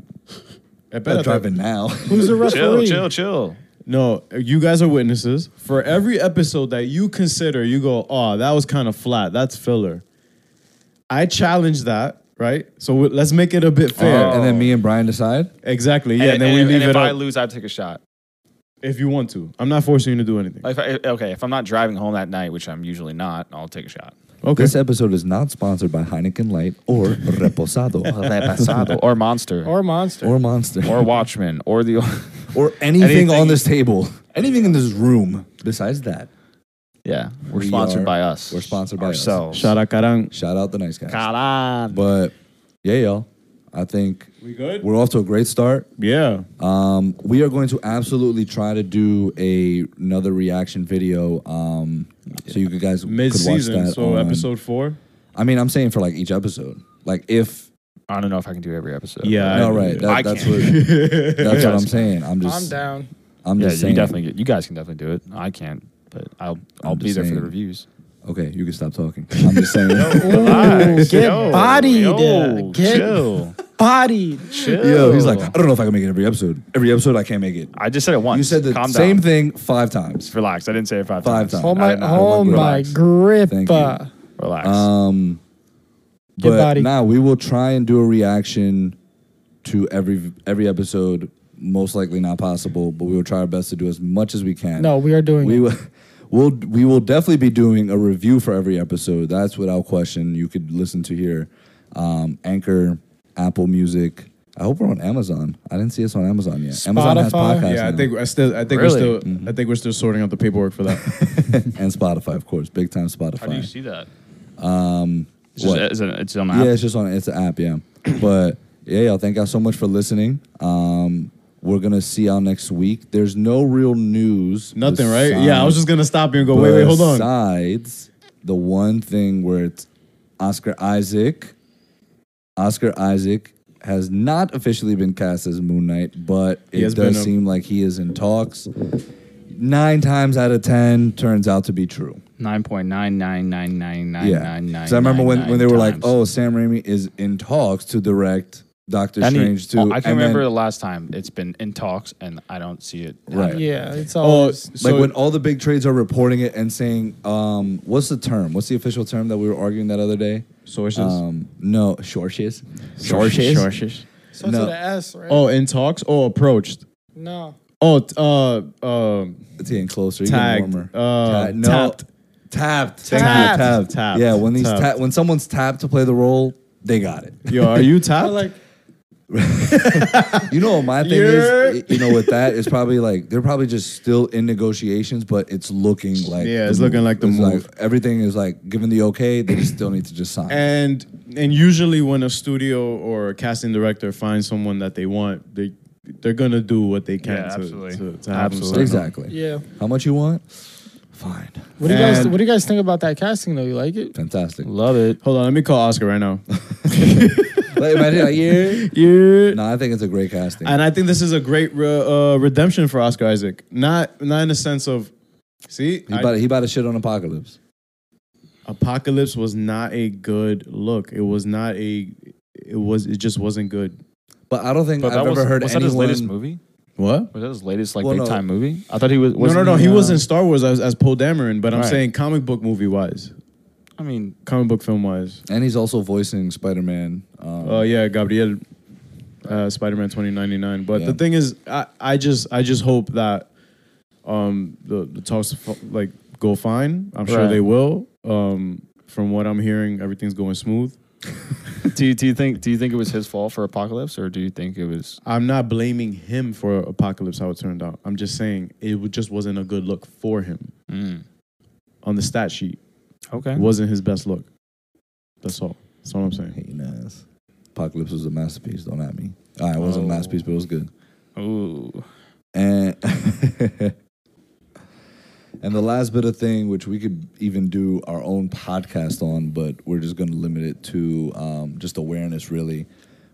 S3: I bet I
S2: Better
S3: thought-
S2: driving now.
S4: Who's the referee?
S6: Chill, chill, chill.
S3: No, you guys are witnesses. For every episode that you consider, you go, oh, that was kind of flat. That's filler. I challenge that, right? So we- let's make it a bit fair.
S2: and then me and Brian decide.
S3: Exactly. Yeah.
S6: and,
S3: And, then we
S6: and-
S3: leave
S6: and
S3: it
S6: if I
S3: up
S6: lose, I take a shot.
S3: if you want to. I'm not forcing you to do anything.
S6: Like, If I, okay, if I'm not driving home that night, which I'm usually not, I'll take a shot.
S3: Okay.
S2: This episode is not sponsored by Heineken Light or Reposado
S6: or Monster, or,
S4: Or Monster.
S2: or Monster
S6: Watchmen, or the.
S2: or anything, on
S6: Anything-
S2: this table, anything in this room. Besides that,
S6: Yeah, we're
S2: We
S6: sponsored
S2: are-
S6: by us.
S2: we're sponsored by us.
S6: ourselves.
S3: Shout out Karang.
S2: shout out the nice guys.
S6: Shout out.
S2: But yeah, y'all, I think
S3: We good?
S2: we're off to a great start.
S3: yeah.
S2: Um, we are going to absolutely try to do a, another reaction video. Um, so you guys
S3: Mid
S2: could watch
S3: season.
S2: that.
S3: So
S2: on-
S3: episode four.
S2: I mean, I'm saying for like each episode. Like if
S6: I don't know if I can do every episode.
S3: Yeah.
S2: no
S3: I-
S2: right, that,
S6: I
S2: that's
S6: can't.
S2: what that's what I'm
S6: guys-
S2: saying. I'm
S4: I'm
S2: just
S4: down.
S2: I'm
S6: yeah,
S2: just
S6: you
S2: saying.
S6: definitely. Get, you guys can definitely do it. I can't, but I'll I'll
S2: I'm
S6: be
S2: just
S6: there for the
S2: saying.
S6: reviews.
S2: Okay, you can stop talking. I'm just saying.
S6: Relax.
S4: get bodied.
S6: yo,
S4: Get-
S6: chill,
S4: Body.
S6: chill.
S2: Yo, he's like, I don't know if I can make it every episode. Every episode, I can't make it.
S6: I just said it once.
S2: You said the
S6: Calm
S2: same
S6: down.
S2: thing five times.
S6: Relax. I didn't say it five,
S2: Five times.
S4: Oh my,
S6: I- I-
S4: oh my Uh,
S2: relax. Thank
S4: grippa.
S2: you.
S6: Relax.
S2: Um,
S4: Get
S2: but
S4: bodied.
S2: nah, we will try and do a reaction to every every episode. Most likely not possible, but we will try our best to do as much as we can.
S4: No, we are doing
S2: we
S4: it.
S2: will. We'll, we will definitely be doing a review for every episode. That's without question. You could listen to here, um, Anchor, Apple Music. I hope we're on Amazon. I didn't see us on Amazon yet. Amazon has
S4: Spotify?
S2: podcasts.
S3: Yeah, I
S2: now.
S3: think I still I think
S6: Really?
S3: we're still
S2: Mm-hmm.
S3: I think we're still sorting out the paperwork for that.
S2: and Spotify, of course, big time Spotify.
S6: How do you see that? It's,
S2: What?
S6: just, it's, a, it's on the app.
S2: Yeah, it's just on it's an app, yeah. But yeah, y'all, thank y'all so much for listening. Um, we're gonna see y'all next week. There's no real news.
S3: Nothing, right? Yeah, I was just gonna stop you and go, wait, wait, hold on.
S2: Besides the one thing where it's Oscar Isaac. Oscar Isaac has not officially been cast as Moon Knight, but
S3: He
S2: it
S3: has been
S2: does
S3: a-
S2: seem like he is in talks. Nine times out of ten turns out to be true.
S7: Nine point nine nine nine nine nine
S2: Yeah,
S7: nine nine.
S2: because I remember when, when they were like, "Oh, Sam Raimi is in talks to direct Doctor
S6: Any- oh,
S2: Strange too."
S6: I can
S2: and
S6: remember
S2: then,
S6: the last time it's been in talks, and I don't see it.
S2: Right.
S4: Yeah, it's
S3: Oh,
S4: always.
S3: so
S2: like when all the big trades are reporting it and saying, um, "What's the term? What's the official term that we were arguing that other day?"
S3: sources.
S2: Um, no, shorches.
S7: Shortish.
S4: so it's
S2: no.
S4: an S, right?
S3: oh, in talks. Oh, approached.
S4: No.
S3: Oh, t- uh, um,
S2: It's getting closer. You're
S3: tagged.
S2: getting warmer.
S3: Uh,
S2: Ta- no.
S3: tapped.
S2: Tapped. Thank
S4: Tapped.
S2: you. Tapped.
S3: Tapped.
S2: Yeah, when these
S3: Tapped.
S2: ta- when someone's tapped to play the role, they got it.
S3: Yo, are you
S4: I
S3: tapped?
S4: like.
S2: You know what my thing
S3: You're-
S2: is? You know, with that, it's probably like they're probably just still in negotiations, but it's looking like
S3: Yeah, it's looking like the
S2: It's
S3: move.
S2: everything is like given the okay, they just still need to just sign.
S3: and and usually when a studio or a casting director finds someone that they want, they they're gonna do what they can
S6: Yeah,
S3: to,
S6: absolutely.
S3: to, to have them
S6: Absolutely.
S3: sign on.
S2: exactly.
S4: Yeah.
S2: How much you want? Fine.
S4: What do you guys?
S3: And-
S4: What do you guys think about that casting though? You like it?
S2: Fantastic.
S6: Love it.
S3: Hold on, let me call Oscar right now.
S2: like, imagine like yeah.
S3: yeah.
S2: No, I think it's a great casting.
S3: And I think this is a great re- uh, redemption for Oscar Isaac. Not not in the sense of, see,
S2: he
S3: I-
S2: about he about to shit on apocalypse.
S3: Apocalypse was not a good look. It was not a. It was. It just wasn't good.
S2: But I don't think
S6: But
S2: I've
S6: that was,
S2: ever heard
S6: was that
S2: anyone.
S6: his latest movie?
S3: What?
S6: Was that his latest like
S2: Well,
S6: big
S2: no.
S6: time movie? I thought he was.
S3: No, no,
S6: wasn't
S3: no. He
S6: uh,
S3: was in Star Wars as, as Poe Dameron, but I'm
S6: Right.
S3: saying comic book movie wise,
S6: I mean,
S3: comic book film wise.
S2: And he's also voicing Spider Man. Um,
S3: Oh yeah, Gabriel, uh, Spider Man 2099. But
S2: Yeah.
S3: the thing is, I, I just I just hope that um the the talks fo- like go fine. I'm sure
S6: Right.
S3: they will. Um, from what I'm hearing, everything's going smooth.
S6: do you, do you think do you think it was his fault for Apocalypse, or do you think it was?
S3: I'm not blaming him for Apocalypse how it turned out. I'm just saying it w- just wasn't a good look for him on the stat sheet.
S6: Okay.
S3: It wasn't his best look. That's all. That's all I'm saying.
S2: Hating ass. Apocalypse was a masterpiece. Don't at me. All right, it wasn't a
S7: Oh.
S2: masterpiece, but it was good.
S7: Ooh.
S2: And and the last bit of thing, which we could even do our own podcast on, but we're just going to limit it to um, just awareness, really,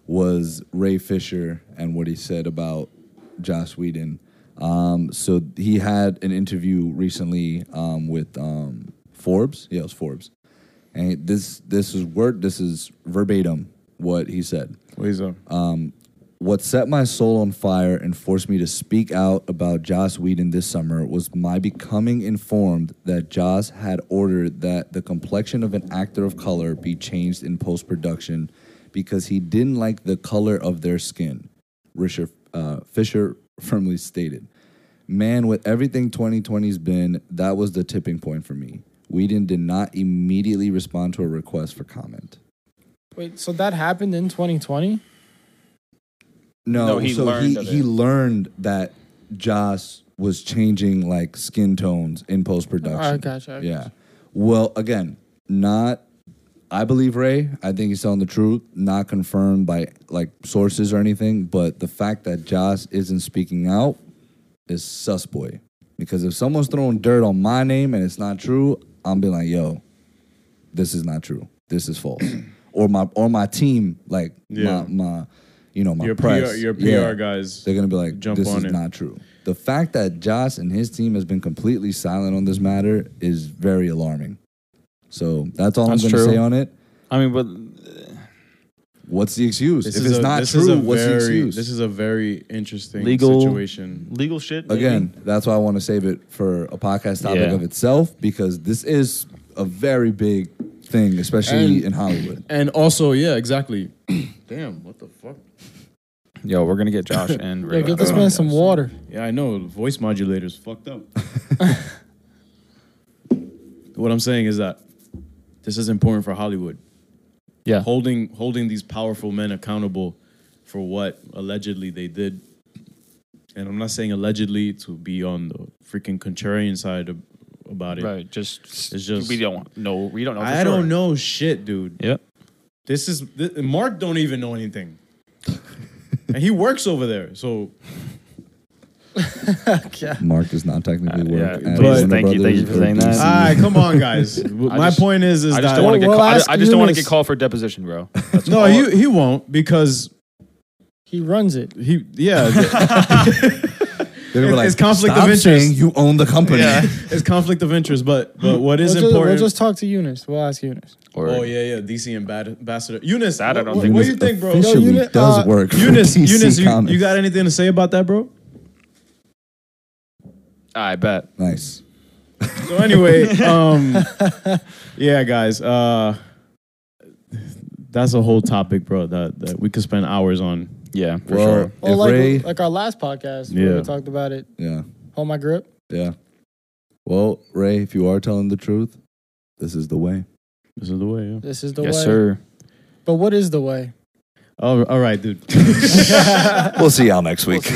S2: was Ray Fisher and what he said about Joss Whedon. Um, so he had an interview recently um, with um, Forbes. Yeah, it was Forbes. And this this is word this is verbatim what he said.
S3: What is up?
S2: Uh, What set my soul on fire and forced me to speak out about Joss Whedon this summer was my becoming informed that Joss had ordered that the complexion of an actor of color be changed in post production because he didn't like the color of their skin, Richard uh, Fisher firmly stated. Man, with everything 2020's been, that was the tipping point for me. Whedon did not immediately respond to a request for comment.
S4: Wait, so that happened in 2020?
S2: No,
S6: No, he
S2: so
S6: learned
S2: he,
S6: of
S2: he
S6: it.
S2: learned that Joss was changing like skin tones in post
S4: I
S2: production.
S4: gotcha.
S2: Yeah. Well, again, not I believe Ray. I think he's telling the truth, not confirmed by like sources or anything, but the fact that Joss isn't speaking out is sus boy. Because if someone's throwing dirt on my name and it's not true, I'm be like, yo, this is not true. This is false. or my or my team, like
S3: Yeah.
S2: my my you know, my
S3: Your
S2: press.
S3: PR, your PR
S2: Yeah.
S3: guys.
S2: They're gonna be like,
S3: Jump
S2: "This
S3: on
S2: is
S3: it.
S2: not true." The fact that Joss and his team has been completely silent on this matter is very alarming. So that's all
S7: That's
S2: I'm gonna
S7: true.
S2: say on it.
S7: I mean, but
S2: What's the excuse?
S3: This
S2: if
S3: is
S2: it's
S3: a-
S2: not
S3: this
S2: true,
S3: is a
S2: what's
S3: very,
S2: the excuse?
S3: This is a very interesting
S7: Legal-
S3: situation.
S6: Legal shit. maybe?
S2: Again, that's why I want to save it for a podcast topic
S7: Yeah.
S2: of itself because this is a very big thing, especially
S3: And-
S2: in Hollywood.
S3: And also, yeah, exactly. Damn, what the fuck?
S7: yo, we're gonna get Josh and
S4: Yeah, get this man some water.
S3: Yeah, I know. Voice modulators fucked up. what I'm saying is that this is important for Hollywood.
S7: Yeah.
S3: Holding holding these powerful men accountable for what allegedly they did. And I'm not saying allegedly to be on the freaking contrarian side of, about it.
S6: Right. Just.
S3: It's just-
S6: We don't know. We don't know. for
S3: I
S6: sure.
S3: don't know shit, dude.
S7: Yep.
S3: This is th- Mark. Don't even know anything, and he works over there. So
S2: Mark is not technically
S3: Uh,
S2: work.
S7: yeah,
S2: at
S7: please,
S2: Warner
S7: thank you- thank you
S2: Brothers
S7: for
S2: or
S7: saying that.
S2: DC.
S3: Ah, come on, guys. My
S6: just-
S3: point is, is that
S6: I just don't want
S4: We'll-
S6: to get.
S4: we'll
S6: Call, I,
S4: ask
S6: I just don't want to
S4: Eunice.
S6: get called for deposition, bro.
S3: no, he he won't because
S4: He runs it.
S3: he yeah th-
S2: They're gonna be
S3: It's- it's conflict
S2: "Stop
S3: of interest."
S2: saying You own the company.
S3: it's conflict of interest. But but what is
S4: we'll just,
S3: important?
S4: We'll just talk to Eunice. We'll ask Eunice.
S7: Or
S3: oh yeah yeah DC ambad- ambassador Eunice.
S6: That I
S3: wh-
S6: don't
S3: wh-
S6: think
S3: What
S2: Eunice
S3: do you think, bro?
S2: officially
S4: Yo, Eunice,
S2: does
S4: uh,
S2: work. for
S3: Eunice,
S2: DC
S3: Eunice, you,
S2: Comics.
S3: you got anything to say about that, bro?
S7: I bet.
S2: nice.
S3: So anyway, um, yeah, guys, uh, that's a whole topic, bro. That, that we could spend hours on.
S7: Yeah, for
S2: well,
S7: sure.
S3: oh,
S4: Well,
S2: if
S4: like,
S2: Ray,
S4: like our last podcast,
S3: Yeah.
S4: we talked about it.
S2: yeah,
S4: Hold my grip.
S2: yeah. Well, Ray, if you are telling the truth, this is the way.
S3: This is the way. Yeah.
S4: This is the way.
S7: Yes, sir.
S4: But what is the way?
S3: Oh, All- all right, dude.
S2: We'll see y'all next week.